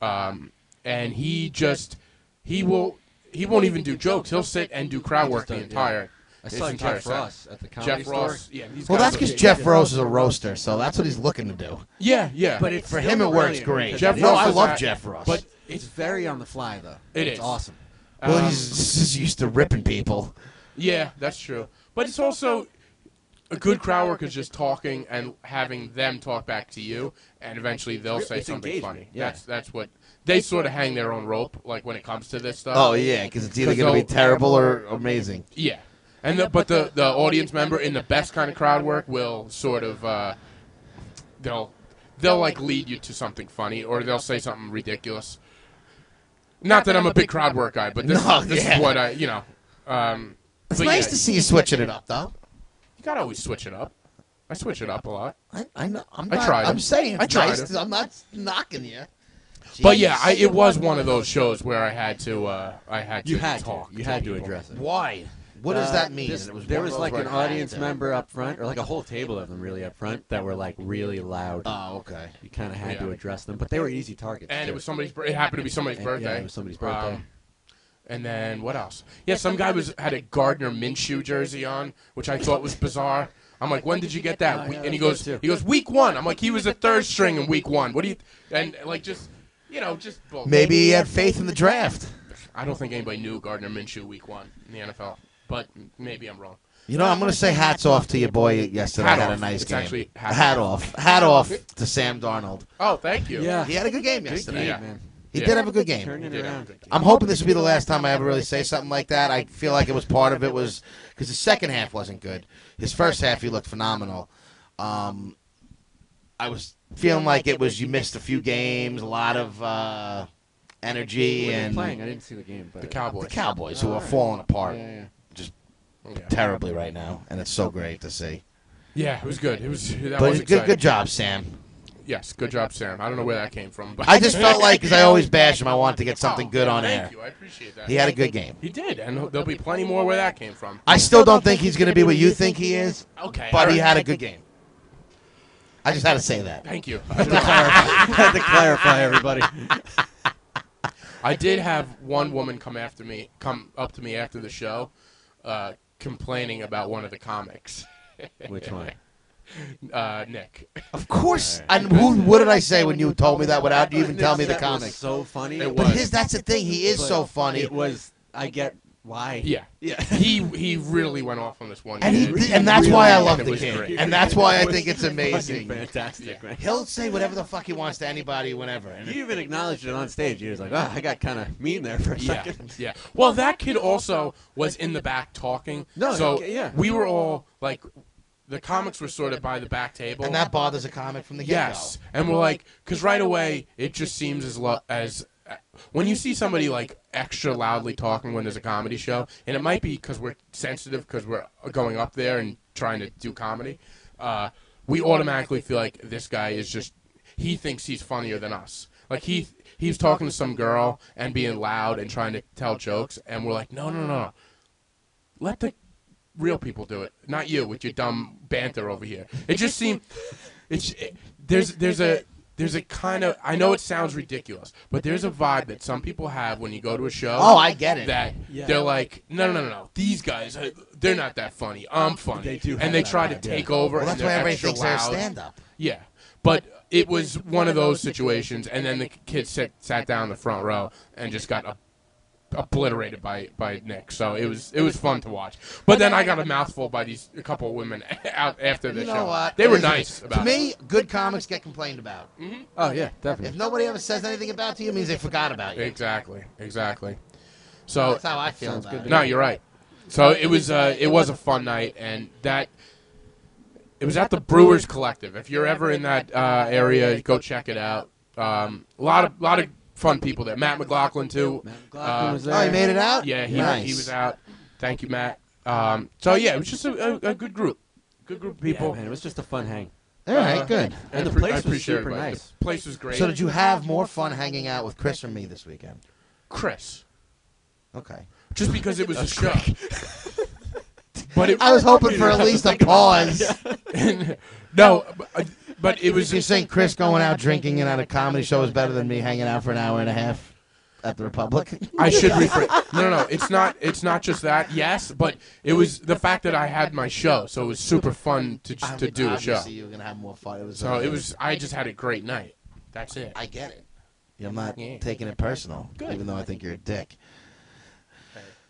Um, and he just he will he won't even do jokes. He'll sit and do crowd work the entire
I
his
saw
entire
Jeff
set.
Ross at the comedy
Jeff
store.
Ross, yeah. he's
well,
got
that's
some-
because Jeff Rose is a roaster, so that's what he's looking to do.
Yeah, yeah.
But it's
For
still
him, it works
brilliant
great.
because
Jeff
no,
Ross
I
is
love
not-
Jeff Ross.
but
It's very on the fly though.
It
it's
is.
awesome.
well,
um,
he's just used to ripping people.
Yeah, that's true. But it's also a good crowd work is just talking and having them talk back to you, and eventually they'll say
It's
something
engagement,
funny.
yeah.
That's that's what they sort of hang their own rope, like when it comes to this stuff.
Oh yeah, because it's either
'Cause
going to be
they'll-
terrible or amazing.
yeah. And the, but the the audience member in the best kind of crowd work will sort of uh, they'll they'll like lead you to something funny, or they'll say something ridiculous. Not that I'm a big crowd work guy, but this,
No,
this
yeah.
is what I you know. Um,
It's
but
nice
yeah,
to see you switching it up, though.
You gotta always switch it up. I switch it up a lot.
I, I know. I'm
I
not,
tried
I'm
it.
saying it's
I tried
nice
it.
to- I'm not knocking you.
But yeah, I,
Jeez.
it was one of those shows where I had to, uh, I had to
You had to.
talk.
You had to address it.
why? What does
Uh,
that mean?
this-
It was
there
one
was
of those
like
where
an
I had
audience
to-
member up front, or like a whole table of them really up front that were like really loud.
Oh, okay.
you kind of had
Uh, Yeah.
to address them, but they were easy targets.
And
too.
it was somebody's. bir- It happened to be somebody's
And- yeah,
birthday.
it was somebody's birthday.
Um, and then what else? Yeah, some guy was had a Gardner Minshew jersey on, which I thought was bizarre. I'm like, when did you get that? We-
yeah,
And he
that was
goes,
good, too.
he goes, week one. I'm like, he was a third string in week one. What do you? And like, just you know, just bull-
Maybe he had faith in the draft.
I don't think anybody knew Gardner Minshew week one in the NFL, but maybe I'm wrong.
You know, I'm going to say hats off to your boy yesterday.
Hat
had a
off.
nice
It's
game.
actually hat
off. Hat off to Sam Darnold.
Oh, thank you.
yeah,
He had a good game yesterday.
yeah.
man,
He
Yeah.
did have a good game.
turning
Yeah.
around.
I'm hoping this will be the last time I ever really say something like that. I feel like it was part of it was because the second half wasn't good. His first half, he looked phenomenal. Um, I was feeling like it was you missed a few games, a lot of uh,
Who
energy,
were they
and
playing. I didn't see the game, but
The
the
Cowboys.
Cowboys who
Oh,
are
alright.
falling
Yeah,
apart
yeah, yeah.
Yeah.
terribly right now, and it's so great to see.
Yeah, it was good. It was that
But
was
it's good,
exciting.
good job, Sam.
Yes, good job, Sam. I don't know where that came from, but
I just felt like because I always bash him, I wanted to get something good on
Thank
air.
you. I appreciate that.
He had a good game.
He did, and there'll be plenty more where that came from.
I still don't think he's going to be what you think he is,
Okay,
but he
alright.
had a good game. I just had to say that.
Thank you.
had to clarify everybody.
I did have one woman come after me, come up to me after the show, uh, complaining about one of the comics,
Which one?
uh, Nick.
Of course. And who? What did I say when you told me that without you even telling me the
That was
comics?
So funny.
It
But
was.
his, that's the thing. He is
But
so funny,
It was. I get why.
Yeah,
Yeah.
He he really went off on this one.
and
kid.
he, and that's why I love
It
the
was
kid,
great.
and that's why I
It was
think it's
fucking
amazing.
Fantastic,
Yeah.
man.
He'll say whatever the fuck he wants to anybody, whenever. And
He even acknowledged it on stage. He was like, "Oh, I got kind of mean there for a
Yeah,
second.
yeah. Well, that kid also was in the back talking.
No,
so
okay, yeah.
we were all like, the comics were sort of by the back table.
and that bothers a comic from the get-go.
Yes, and we're like, because right away it just seems as lo- as uh, when you see somebody like extra loudly talking when there's a comedy show, and it might be because we're sensitive because we're going up there and trying to do comedy, uh, we automatically feel like this guy is just he thinks he's funnier than us. Like he he was talking to some girl and being loud and trying to tell jokes, and we're like, no, no, no, no. let the real people do it, not you with your dumb banter over here. It just seemed it's it, there's there's a there's a kind of I know it sounds ridiculous, but there's a vibe that some people have when you go to a show.
Oh, I get it.
That
Yeah.
they're like, no, no, no, no. These guys, uh, they're not that funny. I'm funny.
They do have
and they
that
try to
vibe,
take over.
Well, that's
and
why
they're
everybody
extra
thinks they're
loud.
stand-up.
Yeah, but it was one of those situations, and then the kid sat, sat down in the front row and just got ob- obliterated by by Nick. So it was it was fun to watch. But then I got a mouthful by these a couple of women out after the
You
show.
know what?
They were
Listen,
nice about
To
it.
me, good comics get complained about.
Oh yeah,
If
definitely.
nobody ever says anything about you, it means they forgot about you.
Exactly, exactly. So
That's how I feel about it.
no, you're right. So it was uh, it was a fun night, and that it was at the Brewers Collective. If you're ever in that uh, area, go check it out. Um, a lot of lot of fun people there. Matt McLaughlin too.
Matt McLaughlin
Uh,
was there.
Oh, he made it out.
Yeah, he
nice.
he was out. Thank you, Matt. Um, so yeah, it was just a, a, a good group, good group of people.
Yeah, man, it was just a fun hang.
All
Uh-huh.
right, good.
And the
I appre- I
place was
appreciate
super
everybody.
nice.
The place was great.
So did you have more fun hanging out with Chris or me this weekend?
Chris?
Okay.
just because it was a show. but it,
I was hoping for at least a pause.
no, but, uh, but it was
You're saying Chris going out drinking and at a comedy show is better than me hanging out for an hour and a half at the Republic?
I should rephrase. No, no, no. It's not. It's not just that. Yes, but it was the fact that I had my show, so it was super fun to just to do a show.
Obviously, you're gonna have more fun. It was
So it was. I just had a great night. That's it.
I get it. I'm not
Yeah.
taking it personal, even though I think you're a dick.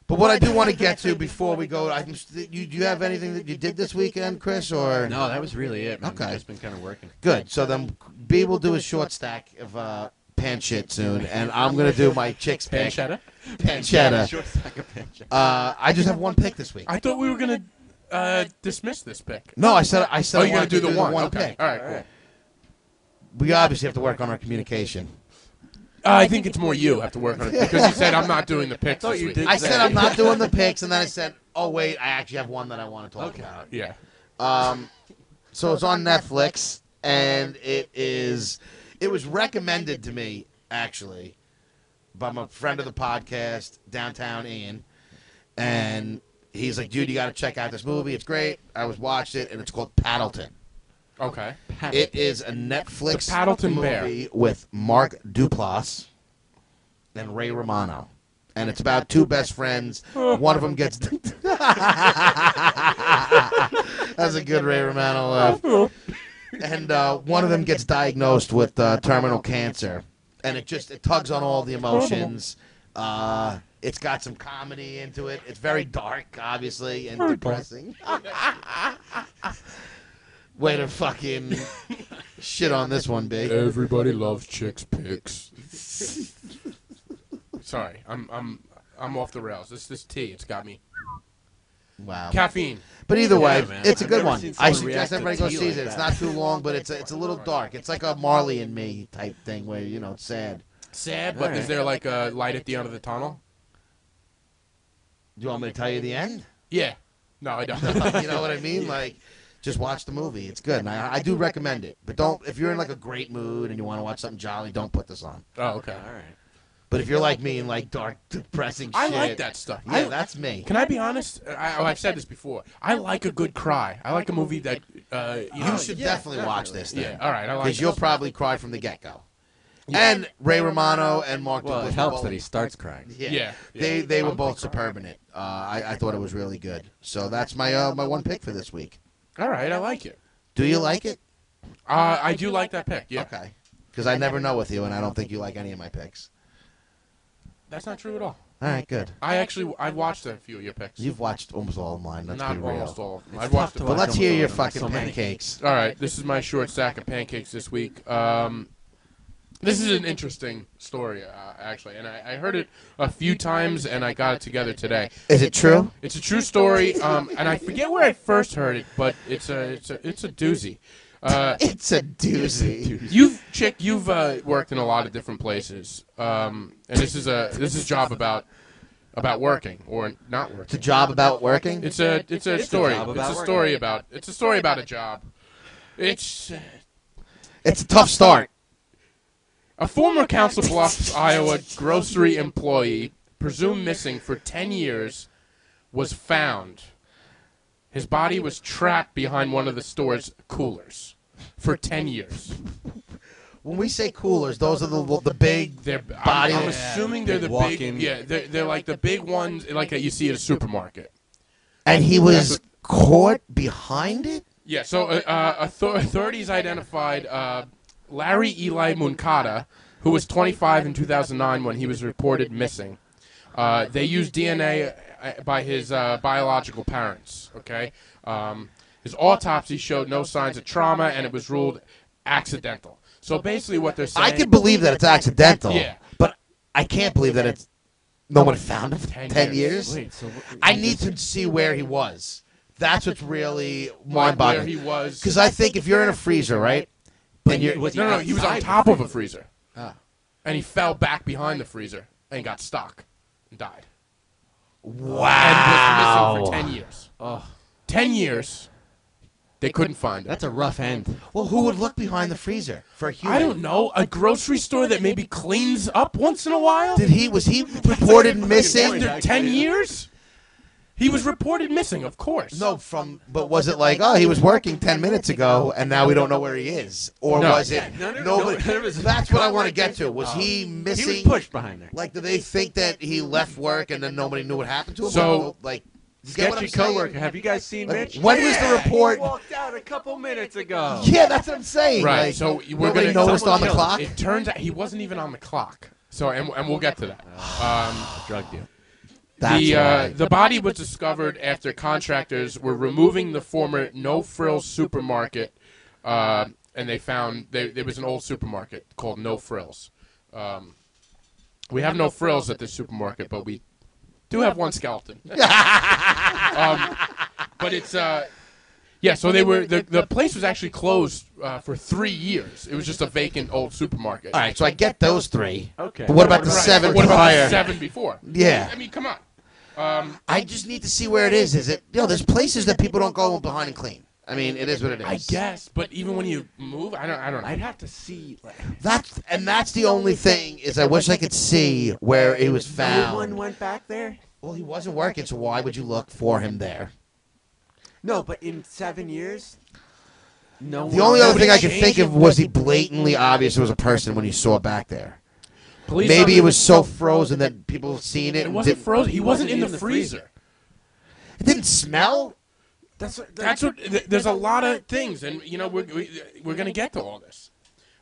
But what I do want to get to before we go, I, you, do you have anything that you did this weekend, Chris? Or
No, that was really it, man.
Okay.
Just been kind of working.
Good. So then B will do a short stack of uh, pan shit soon, and I'm gonna do my chicks pick.
Pancetta.
Pancetta.
Short stack of pictures.
Uh, I just have one pick this week.
I thought we were gonna uh, dismiss this pick.
No, I said I said.
Oh,
I
you're gonna
wanted
do
to
the one.
one
Okay.
pick.
All right. Cool. Uh,
We obviously have to work on our communication.
I think it's more you have to work on it because you said I'm not doing the picks.
thought
this
you
week.
did.
I said I'm not doing the picks, and then I said, "Oh wait, I actually have one that I want to talk
Okay.
about."
Yeah.
Um, so it's on Netflix, and it is. It was recommended to me actually by my friend of the podcast, Downtown Ian, and he's like, "Dude, you got to check out this movie. It's great. I was watched it, and it's called Paddleton.
Okay.
It is a Netflix
The Paddleton Bear.
movie with Mark Duplass and Ray Romano." And it's about two best friends. One of them gets. That's a good Ray Romano laugh and uh, one of them gets diagnosed with uh, terminal cancer, and it just it tugs on all the emotions. Uh, it's got some comedy into it. It's very dark, obviously, and depressing. Way to fucking shit on this one, big.
Everybody loves chicks picks. Sorry, I'm I'm I'm off the rails. This this tea, it's got me.
Wow.
Caffeine.
But either way,
man.
it's a
I've
good
never
one.
seen
I
someone
suggest
react to
everybody go
tea
see
like
it. It's
that.
not too long, but it's a, it's a little dark. It's like a Marley and Me type thing where you know it's sad.
Sad, but is
Alright.
there like a light at the end of the tunnel?
Do you want me to tell you the end?
Yeah. No, I don't.
you know what I mean? Like, just watch the movie. It's good. And I, I do recommend it. But don't, if you're in like a great mood and you want to watch something jolly, don't put this on.
oh, okay.
All right.
But if you're like me and like dark, depressing shit.
I like that stuff.
Yeah,
I,
that's me.
can I be honest? I, oh, I've said this before. I like a good cry. I like a movie that uh, you know.
You should definitely watch this thing.
Yeah. All right. I like.
Because Oh, you'll
That.
probably cry from the get go. And Ray Romano and Mark
Well,
Duplass
it
were
helps
both-
that he starts crying.
Yeah.
Yeah,
They
yeah.
they were
I'm
both superb in it. Uh, I, I thought it was really good. So that's my uh, my one pick for this week.
All right. I like it.
Do you like it?
Uh, I do like that pick. Yeah.
Okay. Because I never know with you, and I don't think you like any of my picks.
That's not true at all.
All right, good.
I actually I watched a few of your picks.
You've watched almost all of mine. Let's
Not
be real.
almost all of them. I
It's
watched.
tough to
a
But
bunch.
let's
Almost
hear
all
your
of them.
fucking
So many.
pancakes.
All right, this is my short stack of pancakes this week. Um, this is an interesting story, uh, actually, and I, I heard it a few times, and I got it together today.
Is it true?
It's a true story, um, and I forget where I first heard it, but it's a it's a it's a doozy. Uh,
It's a doozy.
you've chick, you've uh, worked in a lot of different places, um, and this is a this is a job about about working or not
It's a
working.
job about working.
It's a it's a
It's a
story.
job
It's
about
a
working.
story about it's a story about a job. It's
It's a tough start.
A former Council Bluffs, Iowa grocery employee, presumed missing for 10 years, was found. His body was trapped behind one of the store's coolers for 10 years.
When we say coolers, those are the the big.
They're, I'm-
Body-
I'm, assuming they're the big,
Walk-in.
yeah, they're, they're like the big ones like that you see at a supermarket.
And he was caught behind it.
Yeah, so uh, uh, author- authorities identified uh, Larry Eli Munkata, who was 25 in 2009 when he was reported missing. Uh, they used DNA uh, by his uh, biological parents, okay? Um, his autopsy showed no signs of trauma, and it was ruled accidental. So basically what they're saying...
I can believe that it's accidental.
Yeah.
But I can't believe that it's no one found him for
10
ten
years.
years.
so
I need to see where he was. That's what's really
like, where
mind-boggling.
he was...
Because I think if you're in a freezer, right? And you're,
no, no, he was on top of a freezer.
Ah.
And he fell back behind the freezer and got stuck and died.
wow.
and was missing for 10 years.
Oh.
10 years. They couldn't find him.
That's a rough end.
Well, who would look behind the freezer for a human?
I don't know. A grocery store that maybe cleans up once in a while?
Did he was he reported missing?
After 10 years? He was reported missing, of course.
No, from but was it like oh he was working ten minutes ago and now we don't know where he is or
No.
was it
No, no, no,
nobody?
no, it was-
that's what I want to get to. Was he
He
missing?
was pushed behind there.
Like, do they think that he left work and then nobody knew what happened to him?
So-
like, you get what
Sketchy
I'm saying?
coworker. Have you guys seen
Like,
Mitch?
when was the report?
He walked out a couple minutes ago.
Yeah, that's what I'm saying.
Right.
Like,
so we're
nobody
gonna
noticed on the
someone
clock.
killed him. It turns out he wasn't even on the clock. So and, and we'll get to that. Um,
Drug deal.
That's
the uh,
why.
the body was discovered after contractors were removing the former No Frills supermarket, uh, and they found they, there was an old supermarket called No Frills. Um, we have no frills at this supermarket, but we do have one skeleton. um, but it's uh, yeah. So they were the, the place was actually closed uh, for three years. It was just a vacant old supermarket.
All right. So I get those three.
Okay.
But what about the
Right.
seven
What about
prior?
the seven before?
Yeah.
I mean, come on. Um,
I just need to see where it is. Is it? You know, there's places that people don't go behind and clean. I mean, it is what it is.
I guess, but even when you move, I don't. I don't.
I'd
know.
have to see. Like,
That's and that's the only thing is I wish I could see where it was
no one
found.
went back there.
Well, he wasn't working, so why would you look for him there?
No, but in seven years, no.
The
one-
only other
nobody
thing I could
changed.
think of was he blatantly obvious it was a person when he saw it back there.
Police
Maybe it
officer-
was so frozen that people have seen it.
It
and
wasn't
didn't-
frozen. He
He
wasn't
wasn't
in the
in the
freezer.
It didn't smell.
That's what,
That's what. th- There's a lot of things, and you know we're we, we're gonna get to all this.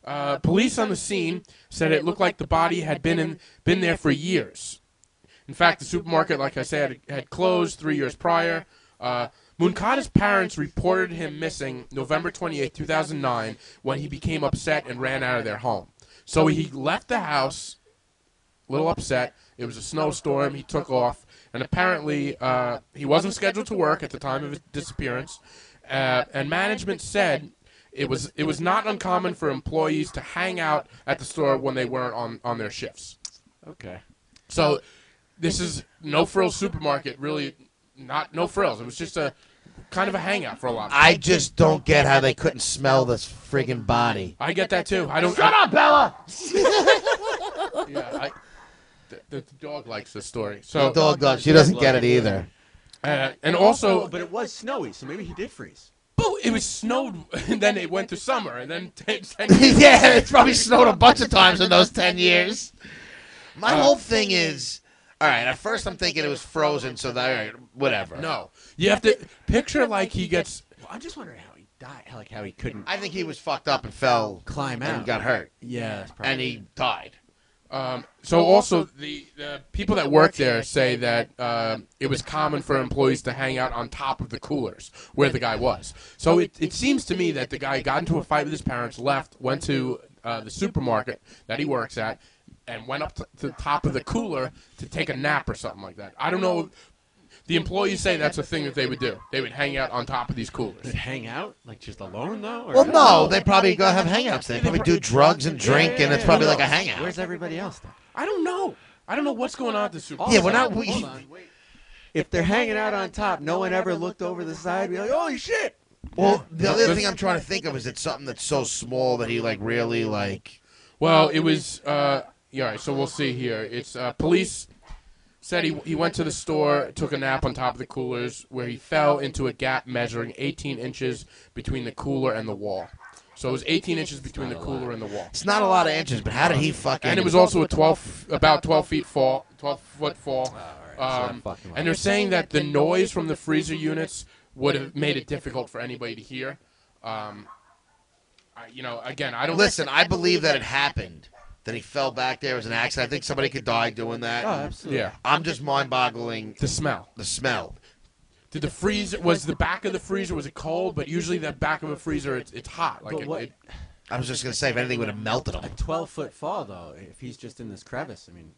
Uh, police on the scene said it looked like the body had been in been there for years. In fact, the supermarket, like I said, had closed three years prior. Uh, Muncada's parents reported him missing November 28, 2009, when he became upset and ran out of their home. So he left the house, a little upset. It was a snowstorm. He took off, and apparently uh, he wasn't scheduled to work at the time of his disappearance. Uh, and management said it was it was not uncommon for employees to hang out at the store when they weren't on, on their shifts.
Okay.
So this is no frills supermarket, really not no frills. It was just a kind of a hangout for a lot. Of
I just don't get how they couldn't smell this friggin' body.
I get that too. I don't.
Shut up, Bella.
Yeah, I, the, the dog likes this story.
The
So
dog does. She doesn't get it either.
uh, and
Oh,
also,
but it was snowy, so maybe he did freeze.
Boo, it was snowed, and then it went to summer, and then ten, ten
yeah, it's probably snowed a bunch of times in those 10 years. My whole thing is all right, at first I'm thinking it was frozen, so that, all right, whatever.
No, you have to picture like he gets.
Well, I'm just wondering how he died. Like how he couldn't
I think he was fucked up and fell
climb out.
and got hurt,
Yeah. that's probably-
and he died.
Um, so also the, the people that work there say that uh, it was common for employees to hang out on top of the coolers where the guy was. So it, it seems to me that the guy got into a fight with his parents, left, went to uh, the supermarket that he works at, and went up to, to the top of the cooler to take a nap or something like that. I don't know. The employees say that's a thing that they would do. They would hang out on top of these coolers.
Did it hang out like just alone though. Or
Well, no, they probably go have hangouts. They probably do drugs and drink, and it's probably like a hangout.
Where's everybody else? Then?
I don't know. I don't know what's going on at the supermarket.
Yeah, we're not. We,
Hold on, wait. If they're hanging out on top, no one ever looked over the side. Be like, holy shit!
well, the other thing I'm trying to think of is it's something that's so small that he like really like.
Well, it was. Uh, yeah, all right, so we'll see here. It's uh, police said he he went to the store, took a nap on top of the coolers, where he fell into a gap measuring 18 inches between the cooler and the wall. So it was 18 inches between the cooler and the wall,
It's not a lot of inches, but how did he fucking?
and it was also a 12 about 12 feet fall, 12 foot fall. Um, and they're saying that the noise from the freezer units would have made it difficult for anybody to hear. Um, I, you know, again, I don't
Listen, I believe that it happened. That he fell back there it was an accident. I think somebody could die doing that.
Oh, absolutely.
Yeah,
I'm just mind-boggling
the smell.
the smell.
Did the freezer was the back of the freezer was it cold? But usually the back of a freezer it's it's hot. Like
But
it,
what-
it-
I was just gonna say if anything would have melted
A
him.
12 foot fall though. If he's just in this crevice, I mean,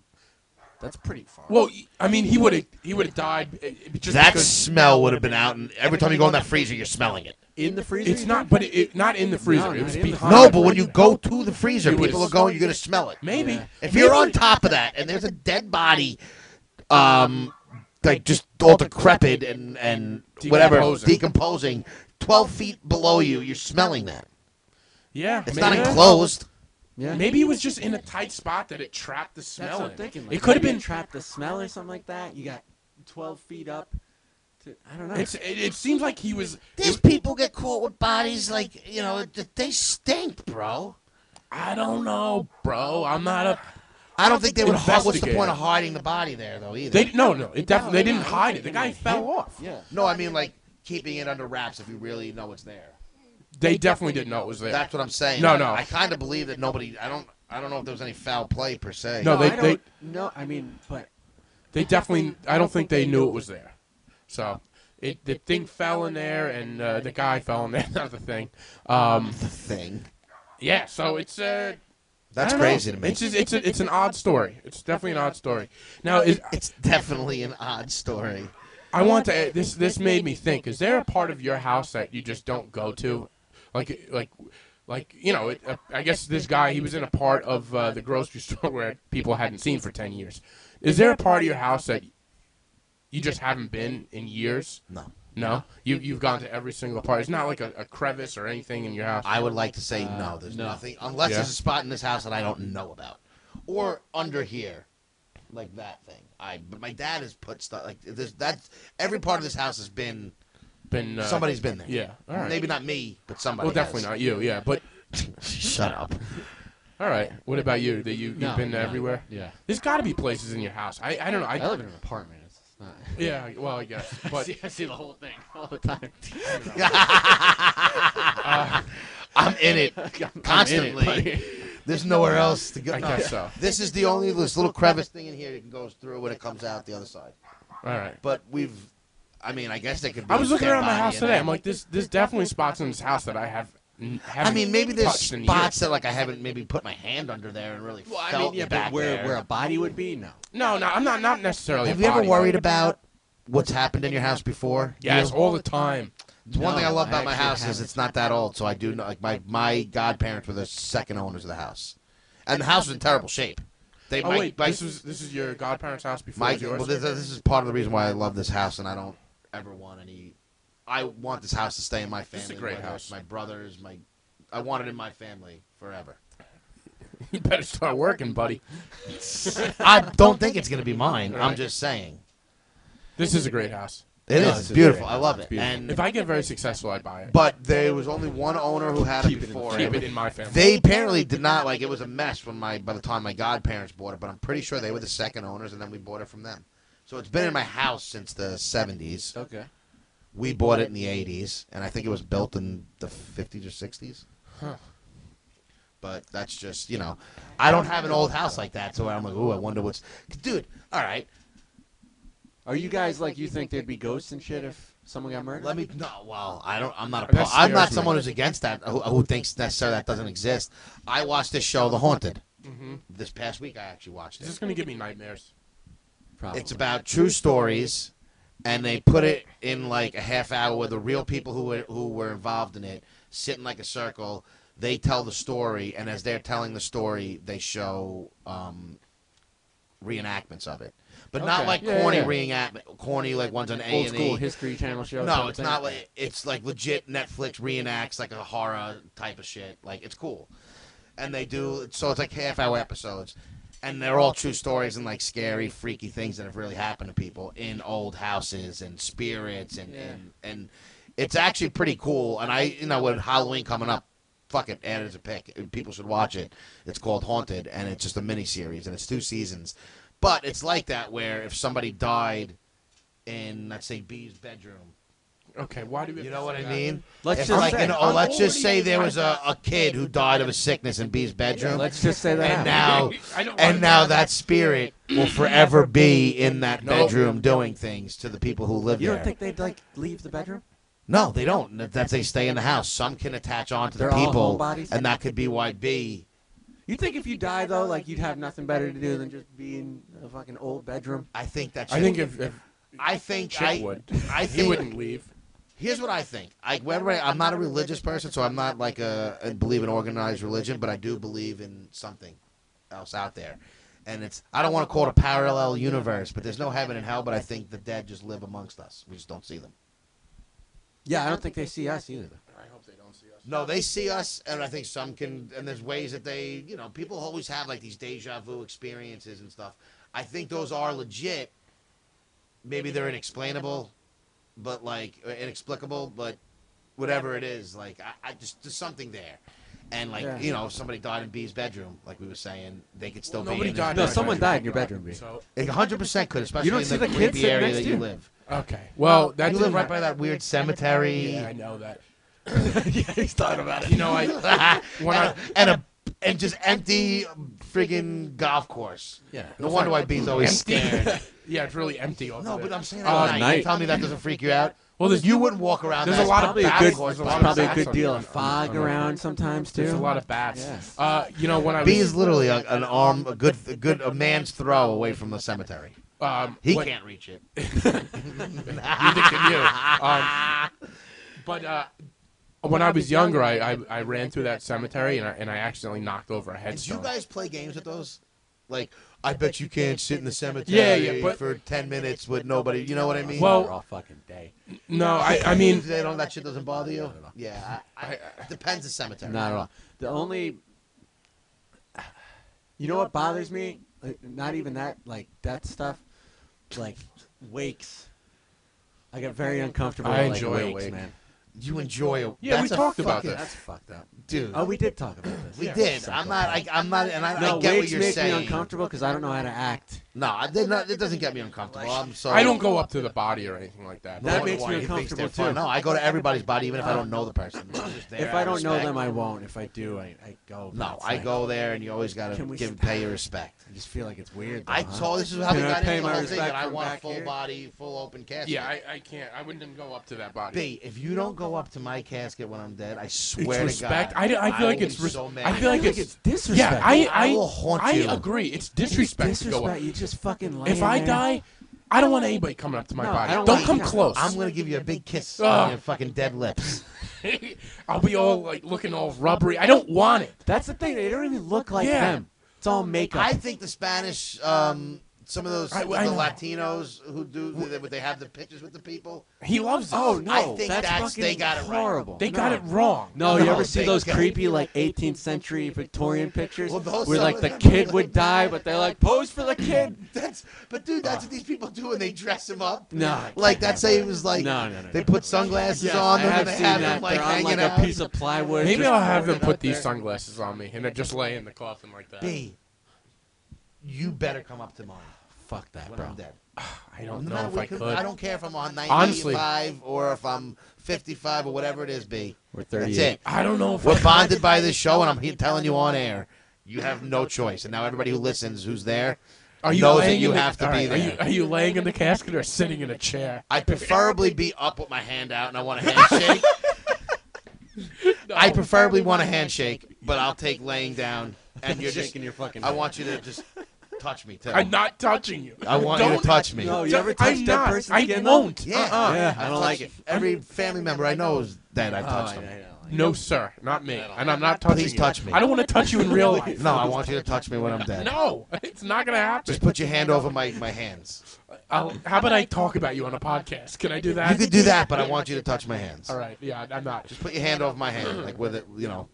that's pretty far.
well, I mean he would have he would have died uh, just
That
because
smell would have been out, and every time you go in that freezer, you're smelling it.
in the freezer.
it's
you
not.
think?
But it, it- not in the freezer.
No,
it was
not in the
behind.
No, but when you go to the freezer,
It was-
people are going. You're gonna smell it.
maybe
If you're on top of that and there's a dead body, um, like just all decrepit and and whatever
Decomposing.
decomposing, 12 feet below you, you're smelling that.
Yeah,
It's
maybe-
not enclosed.
Yeah.
Maybe it was just in a tight spot that it trapped the smell.
That's what I'm
in.
thinking. like,
it could have
maybe
been.
trapped the smell or something like that. You got 12 feet up. To, I don't know.
It's, it, it seems like he was.
These people get caught with bodies like, you know, th- they stink, bro.
I don't know, bro. Oh, I'm not a.
I don't think they would. What's the
Investigate.
point of hiding the body there, though? Either
They no no. It definitely they didn't hide it. The guy fell off.
yeah.
no, I mean like keeping it under wraps if you really know it's there.
They definitely didn't know it was there.
That's what I'm saying.
No, no.
I kind of believe that nobody. I don't. I don't know if there was any foul play per se.
No,
I
they-
don't- No, I mean, but
They definitely. I don't think they knew it was there. So it the thing fell in there and uh, the guy fell in there. Not the thing. Um,
thing.
yeah. So it's uh, I
That's
don't know.
crazy to me.
It's just, it's a, it's an odd story. It's definitely an odd story. Now is,
It's definitely an odd story.
I want to. This this made me think. Is there a part of your house that you just don't go to, like like like you know? It, uh, I guess this guy he was in a part of uh, the grocery store where people hadn't seen for ten years. Is there a part of your house that you just haven't been in years?
No.
No, you you've gone to every single part. It's not like a, a crevice or anything in your house.
I would like to say no. There's nothing unless
Uh, Yeah.
there's a spot in this house that I don't know about, or under here, like that thing. I but my dad has put stuff like there's that's every part of this house has been
Been uh,
somebody's been there.
Yeah, all right.
Maybe not me, but somebody.
Well, definitely not you. Yeah, but
not. Shut up.
all right. What about you? That you you've
No,
been
no,
everywhere.
yeah.
There's got to be places in your house. I, I don't know. I,
I live in an apartment. It's not.
yeah. Well, I guess. But
I see the whole thing all the time.
I'm in it constantly. there's nowhere else to go.
I guess so.
This is the only this little crevice thing in here that goes through when it comes out the other side.
All right.
But we've, I mean, I guess they could. Be
I was looking
dead
around my
body
house
in
today.
there.
I'm like, this, there's definitely spots in this house that I have. n-
I
haven't
mean, maybe there's
touched in
spots
years.
that like I haven't maybe put my hand under there and really
Well, I
felt
mean, yeah,
back
but where
there.
where a body would be, no.
No, no, I'm not. Not necessarily.
Have
a
you ever
body,
worried
but-
about what's happened in your house before?
Yes, all the time.
It's one thing I
No,
love
I
about my
actually
house is
haven't.
it's not that old, so I do know. Like my my godparents were the second owners of the house, and the house was in terrible shape. They
Oh
my,
wait,
my,
this was this is your godparents' house before
my
it was yours.
well, this, this is part of the reason why I love this house, and I don't ever want any. I want this house to stay in my family.
is a great
whether it's
house.
My brothers, my I want it in my family forever.
you better start working, buddy.
I don't think it's gonna be mine. I'm
Right.
just saying.
This is a great house.
It is.
No,
It's
it's
beautiful.
great.
I love it.
Beautiful.
And
if I get very successful, I buy it.
but there was only one owner who had it before.
keep it in my family.
They apparently did not like it was a mess when my by the time my godparents bought it, but I'm pretty sure they were the second owners and then we bought it from them. So it's been in my house since the 70s.
Okay.
We bought it in the 80s and I think it was built in the 50s or 60s.
Huh.
But that's just, you know, I don't have an old house like that, so I'm like, "Ooh, I wonder what's Dude, all right.
Are you guys like you think there'd be ghosts and shit if someone got murdered?
Let me no. Well, I don't. I'm not. A,
That
pro- I'm not
scares me.
someone who's against that. Who, who thinks necessarily that doesn't exist. I watched this show, The Haunted. This past week, I actually watched
This is
it.
gonna give me nightmares.
Probably.
It's about true stories, and they put it in like a half hour where the real people who were, who were involved in it sit in like a circle. They tell the story, and as they're telling the story, they show um, reenactments of it, but not
Okay.
like
Yeah,
corny
yeah,
reenactment, corny like ones on A and E.
old school history channel show.
No,
type
it's
thing?
not like it's like legit Netflix reenacts like a horror type of shit. Like it's cool, and they do so it's like half hour episodes, and they're all true stories and like scary, freaky things that have really happened to people in old houses and spirits and and, and it's actually pretty cool. And I you know with Halloween coming up. Fuck it, add it as a pick. People should watch it. It's called Haunted, and it's just a mini series, and it's two seasons. But it's like that where if somebody died in, let's say, B's bedroom,
Okay, why do we?
you know what I mean?
Let's
If
just
like
say-
an- oh, let's just say there was a, a kid who died of a sickness in B's bedroom,
Let's just say that.
and
happened.
now
I don't
and
wanna-
now that spirit will forever be in that
No.
bedroom doing things to the people who live
you
there.
don't think they'd like leave the bedroom?
no, they don't. That they stay in the house. Some can attach on to the
They're all
people,
homebodies?
and that could be why B.
You think if you die though, like you'd have nothing better to do than just be in a fucking old bedroom?
I think that's.
I think if, if
I think
Chip
I,
would.
I
he
think
wouldn't leave.
Here's what I think. I, whether I, I'm not a religious person, so I'm not like a I believe in organized religion, but I do believe in something else out there. And it's I don't want to call it a parallel universe, but there's no heaven and hell. But I think the dead just live amongst us. We just don't see them.
Yeah, I don't think they see us either.
I hope they don't see us.
No, they see us, and I think some can. And there's ways that they, you know, people always have like these deja vu experiences and stuff. I think those are legit. Maybe they're inexplainable, but like or inexplicable, but whatever it is, like I, I just there's something there. And like
Yeah.
you know, somebody died in B's bedroom, like we were saying, they could still be.
Nobody
in
died.
No,
Their
someone
bedroom.
died in your bedroom, B.
So
It 100% could, especially
don't
in
see
the,
the kids
creepy
sitting
area
next
that
to
you
you?
live.
okay. uh, Well,
You
that's
live right by that weird cemetery.
Yeah, I know that.
yeah, he's thought about
You know, I when I
and, a, and a and just empty friggin' golf course.
Yeah.
No wonder why B's always scared.
yeah, it's really empty. Over
no,
there.
but I'm saying
Oh,
at night.
night.
You tell me that doesn't freak you out.
Well, there's-
you wouldn't walk around.
there's
that
a lot of
golf
big
good-
course.
there's a lot
There's
of
probably a
bats
good
on-
deal
on-
of
on-
fog
on-
around sometimes too.
There's a lot of bats.
Yeah.
Uh, you know, when I
B
was
is literally a, an arm, a good, a good, a man's throw away from the cemetery.
um,
He
when-
can't reach it.
neither can you. Um, but uh, when I was younger, I, I I ran through that cemetery and I and I accidentally knocked over a
Did you
headstone.
guys play games at those? Like, I bet you can't sit in the cemetery
Yeah, yeah, but-
for ten minutes with nobody. You know what I mean?
Well,
We're all fucking day.
No, I I mean
they don't. That shit doesn't bother you. Yeah, I, I, depends the cemetery.
Not at all. The only, you know what bothers me? Like, Not even that, like that stuff, like wakes. I get very uncomfortable.
I
with,
enjoy a
like, wakes,
wake.
man.
You enjoy it.
Yeah, we
That's a
talked about
fucking-
this.
That's fucked up.
dude.
Oh, we did talk about this.
we
yeah,
did.
suck
I'm not. I, I'm not. And I,
No,
I get what
wakes
you're
make me
saying.
uncomfortable because I don't know how to act.
No, I did not, it doesn't get me uncomfortable. I'm sorry.
I don't go up to the body or anything like that.
That
Wonder
makes
why
me
he thinks
uncomfortable,
they're fun.
too.
No, I go to everybody's body, even if I don't know the person.
If I don't know them, I won't. If I do, I, I go. but
no,
it's
I
like-
go there, and you always gotta
Can we
give
sit
pay your respect.
I just feel like it's weird. Though,
I
huh?
told this is how we
Can I
got
pay
into the
my
whole thing.
respect
That I
from
want a
back
full
here?
body, full open casket.
Yeah, I, I can't. I wouldn't even go up to that body.
B, if you don't go up to my casket when I'm dead, I
It's
swear
respect.
to God,
I, I feel
will
like it's
be
res-
so mad.
I feel like
Like it's
it's
disrespect.
yeah. I
I
I
will haunt
I
you.
agree. It's
It's
disrespect, to go
disrespect.
up.
You just fucking. laying
If I
there.
die, I don't want anybody coming up to my
No,
body.
I
Don't,
don't want-
come
yeah.
close.
I'm gonna give you a big kiss
Ugh.
Ah.
on your fucking dead lips.
I'll be all like looking all rubbery. I don't want it.
That's the thing. They don't even look like
Yeah.
them. It's all makeup.
I think the Spanish, um, some of those
I- I
the
know.
Latinos who do, they, they have the pictures with the people.
He loves. it.
oh no,
I think
that's,
that's-
fucking
they got it right.
horrible.
they
no.
got it wrong.
No, you
No,
ever see
they
those
got it.
creepy like 18th century Victorian pictures
Well, those-
where
some
like
of
the
them-
kid would die, but they're like pose for the kid.
That's, but dude, that's what these people do when they dress him up.
No,
Like that's say it was like
No, no, no,
they
no.
put sunglasses
Yes,
on
I
them
have
and they
seen
have
that.
them like
they're on
hanging
like
out.
a piece of plywood.
Maybe
just
I'll have them
holding
put
out there.
these sunglasses on me and then just lay in the coffin like that.
B, you better come up to mine
Fuck that,
when
bro.
I'm dead.
I don't
No
know
matter
if
what
I
could-
could.
I don't care if I'm on 95
Honestly.
or if I'm 55 or whatever it is, B.
We're
That's
38.
it.
I don't know if
We're
I-
bonded by this show, and I'm he- telling you on air, you have no choice. And now everybody who listens, who's there,
Are you
knows that
laying
you
in the-
have to
all
be
right,
there.
Are you, are you laying in the casket or sitting in a chair?
I preferably be up with my hand out, and I want a handshake. I preferably want a handshake, but I'll take laying down. And you're just,
shaking your fucking.
I want you to just touch me too.
I'm not touching you.
I want you to
Don't-
touch me.
No, you
Don't-
ever touched
I'm
that
not.
person's
I
skin, though?
won't.
Yeah,
Uh-uh.
Yeah, I
I've
don't
touched
like it.
Every family member I know is that I
Oh,
touched
I-
them.
I- I-
No, sir. Not me. And I'm not touching
Please
you.
touch me.
I don't want to touch you in real life.
No, I want you to touch me when I'm dead.
No, it's not going to happen.
Just put your hand over my, my hands.
I'll, how about I talk about you on a podcast? Can I do that?
You could do that, but I want you to touch my hands.
All right. Yeah, I'm not.
Just put your hand off my hand, like with it, you know.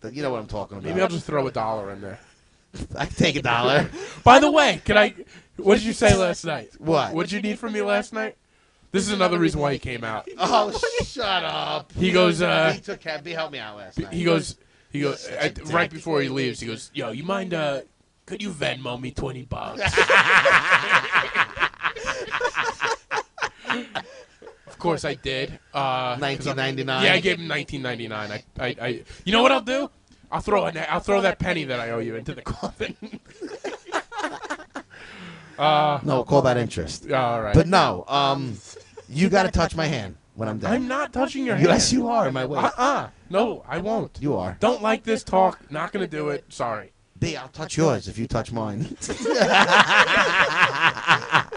the- You know what I'm talking about.
Maybe I'll just throw a dollar in there.
I can take a dollar.
By the way, can I? What did you say last night?
What?
What did you need from me last night? This is another reason why he came out.
Oh, shut up.
He goes. uh
He took care. He helped me out last night.
He goes. He goes. At, right before he leaves, he goes. Yo, you mind? uh Could you Venmo me twenty bucks? of course I did. Uh, 'cause I'm-
1999.
Yeah, I gave him 1999. I, I, I, you know what I'll do? I'll throw an, I'll throw that penny that I owe you into the coffin. uh,
No, call that interest.
all right.
But no, um, you got to touch my hand when I'm dead.
I'm not touching your hand.
yes, you are. Am I
Uh
way?
uh No, I won't.
You are.
Don't like this talk. Not gonna do it. Sorry.
B, I'll touch yours if you touch mine.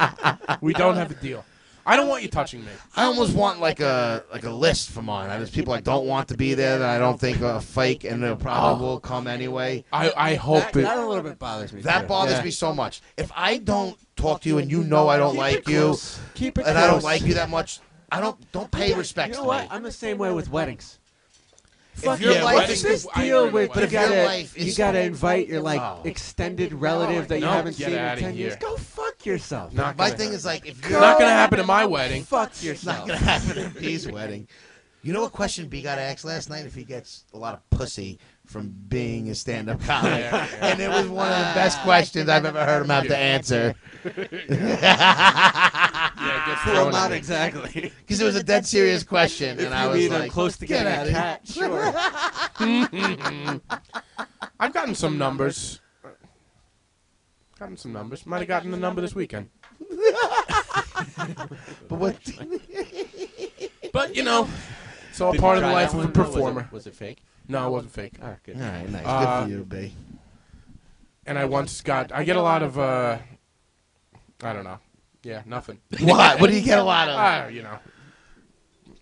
We don't have a deal. I don't want you touching me.
I almost want like a like a list for mine. I There's people I don't want to be there that I don't think are fake and they'll probably will come anyway.
I, I hope
That,
it.
that a little bit bothers me.
That
too.
bothers
Yeah.
me so much. If I don't talk to you and you know I don't
Keep it
like you
close. Keep it
and I don't
close.
like you that much, I don't don't pay respect
You know
to
what?
me.
I'm the same way with weddings.
If
your
yeah,
life
what's
is-
this
I
deal
agree
with
with that.
you
If your
gotta
life
you
is-
gotta invite your like
Oh.
extended relative that you
No,
haven't
get
seen in
outta
ten years?
here.
Go fuck yourself.
Not
My
gonna
thing
happen.
is like if you're
not gonna happen at my wedding.
Fuck
not
yourself.
gonna happen at B's wedding. You know what question B got asked last night? If he gets a lot of pussy from being a stand-up comic,
Yeah, yeah.
and it was one of the best questions I've ever heard him have to answer.
Yeah, it gets
Well,
thrown at
not
me.
exactly.
Because it was a dead serious question, and I
you
was
mean
like,
I'm close to
"Get
getting
outta
a
here."
cat, sure.
I've gotten some numbers. Gotten some numbers. Might have gotten a number this weekend.
But what?
But you know, it's all
Did you
part of the
try
life
that
of a
one? Or was it-
performer.
Was it fake?
No, it wasn't fake.
All right,
All
good.
right, nice.
Uh,
Good for you, B.
And I once got. I get a lot of. uh I don't know. Yeah, nothing.
What? What do you get a lot of?
Ah, you know,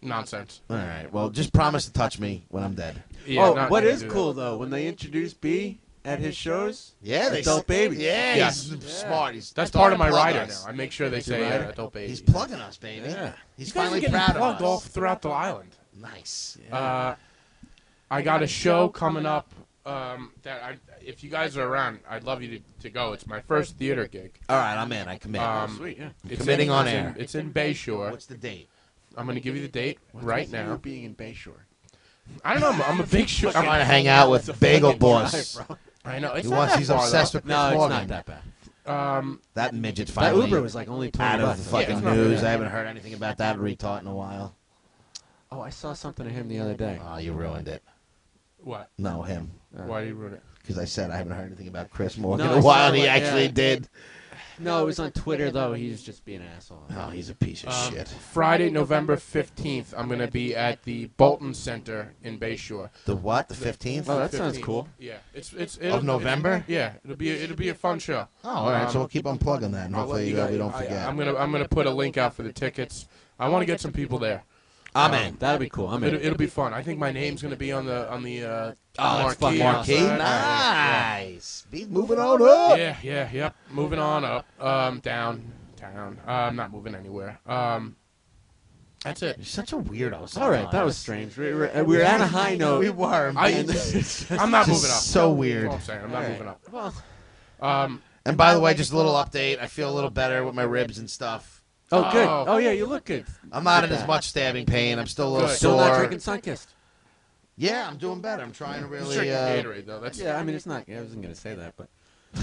nonsense.
All right. Well, just promise to touch me when I'm dead.
Yeah,
oh,
not-
what
not
is
do that.
cool though, when they introduce B at his shows,
Yeah, they
Adult babies.
Yeah,
Yes.
he's smart. He's
That's
starting
part of
to
my
plug
rider now.
us.
I make sure they say
rider?
uh, adult baby.
He's plugging us, baby.
Yeah.
He's
You guys are
finally
getting
proud of us.
plugged all throughout the island.
Nice.
Uh, I got a show coming up um, that I, if you guys are around, I'd love you to, to go. It's my first theater gig.
All right, I'm in. I commit.
Um,
sweet, yeah.
It's
Oh, Committing
in,
on
it's
air.
In, it's in Bayshore.
What's the date?
I'm going to give you the date right now.
being in Bayshore.
I don't know. I'm, I'm a big show.
I'm trying to
I'm,
hang out with Bagel Boss.
I know. It's
He
not
wants.
that
He's
far,
obsessed with Chris
No, it's
Morgan.
not that bad.
though. Um,
That midget
That
finally
Uber was like only twenty
out of
bucks.
the
Yeah,
fucking
it's not
news.
bad.
I haven't heard anything about that retard in a while.
Oh, I saw something of him the other day.
Oh, you ruined it.
what?
No, him.
Why do you ruin it?
Because I said I haven't heard anything about Chris Morgan
No,
in a
I
while.
saw
He
it,
actually
yeah.
did.
No, it was on Twitter though. He was just being an asshole.
Oh, he's a piece of
Um,
shit.
Friday, November 15th, I'm going to be at the Bolton Center in Bayshore.
The what? The fifteenth
Oh,
of
that sounds
15th.
cool.
Yeah. It's it's it'll-
November.
Yeah, it'll be it'll be a fun show.
Oh, all right.
Um,
So we'll keep unplugging that, and
I'll let
hopefully
you
uh,
guys-
we don't
I-
forget.
I'm gonna I'm gonna put a link out for the tickets. I want to get some people there.
I'm in.
Um, That'd be cool. I'm
It'll,
in.
it'll be fun. I think my name's gonna be on the on the uh,
Oh, that's fucking
marquee.
marquee.
outside.
Nice. Be moving on up.
Yeah, yeah, yep. Moving on up, um, down, down. Uh, I'm not moving anywhere. Um, that's it.
You're such a weirdo.
All right, that was strange. We were, uh, we were at a high note.
We were.
I- I'm
man.
not
Just
moving up.
So
That's
weird.
all I'm saying. I'm not
All right.
moving up.
Well,
Um,
And by the way, just a little update. I feel a little better with my ribs and stuff.
oh, good.
Oh.
Oh, yeah, you look good.
I'm not in as much stabbing pain. I'm still a little
Good.
sore.
Still not drinking Sunkist.
Yeah, I'm doing better. I'm trying to
he's
really.
drinking
Uh,
Gatorade though. That's
Yeah, I mean, it's not. I wasn't gonna say that, but
I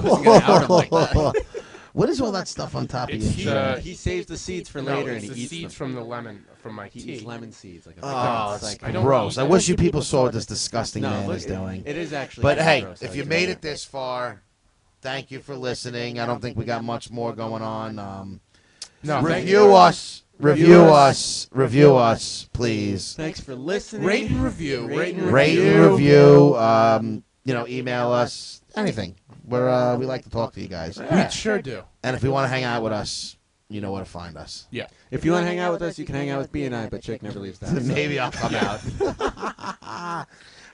wasn't gonna out him like that.
what is all that stuff on top of
It's,
your
uh,
shirt?
he saves the seeds for
no,
later
it's
and
the
he eats
seeds
them.
from the lemon from my
He
tea.
eats lemon seeds. Like a
Oh,
McDonald's,
it's
like,
I don't
gross.
eat
I
that.
wish you people saw what this disgusting
no,
man
look,
is
it-
doing.
It is actually.
But
kinda
hey,
gross,
if
like,
you
it's
made
over.
it this far, thank you for listening. I don't think we got much more going on. Um,
No, thank you.
review us. Review us. Review us, please.
Thanks for listening.
Rate and review. Rate and
Rate and review. Um, you know, email us. Anything. We're uh, we like to talk to you guys.
We sure do.
And if you want to hang out with us, you know where to find us.
Yeah.
If you want to hang out with us, you can hang out with B and I, but Jake never leaves that. so.
Maybe I'll come out. All right.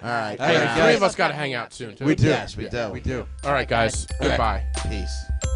All right,
Hey,
uh,
three
guys.
of us got to hang out soon. Too.
We do.
Yes, we do.
We do.
All right, guys. Goodbye.
Peace.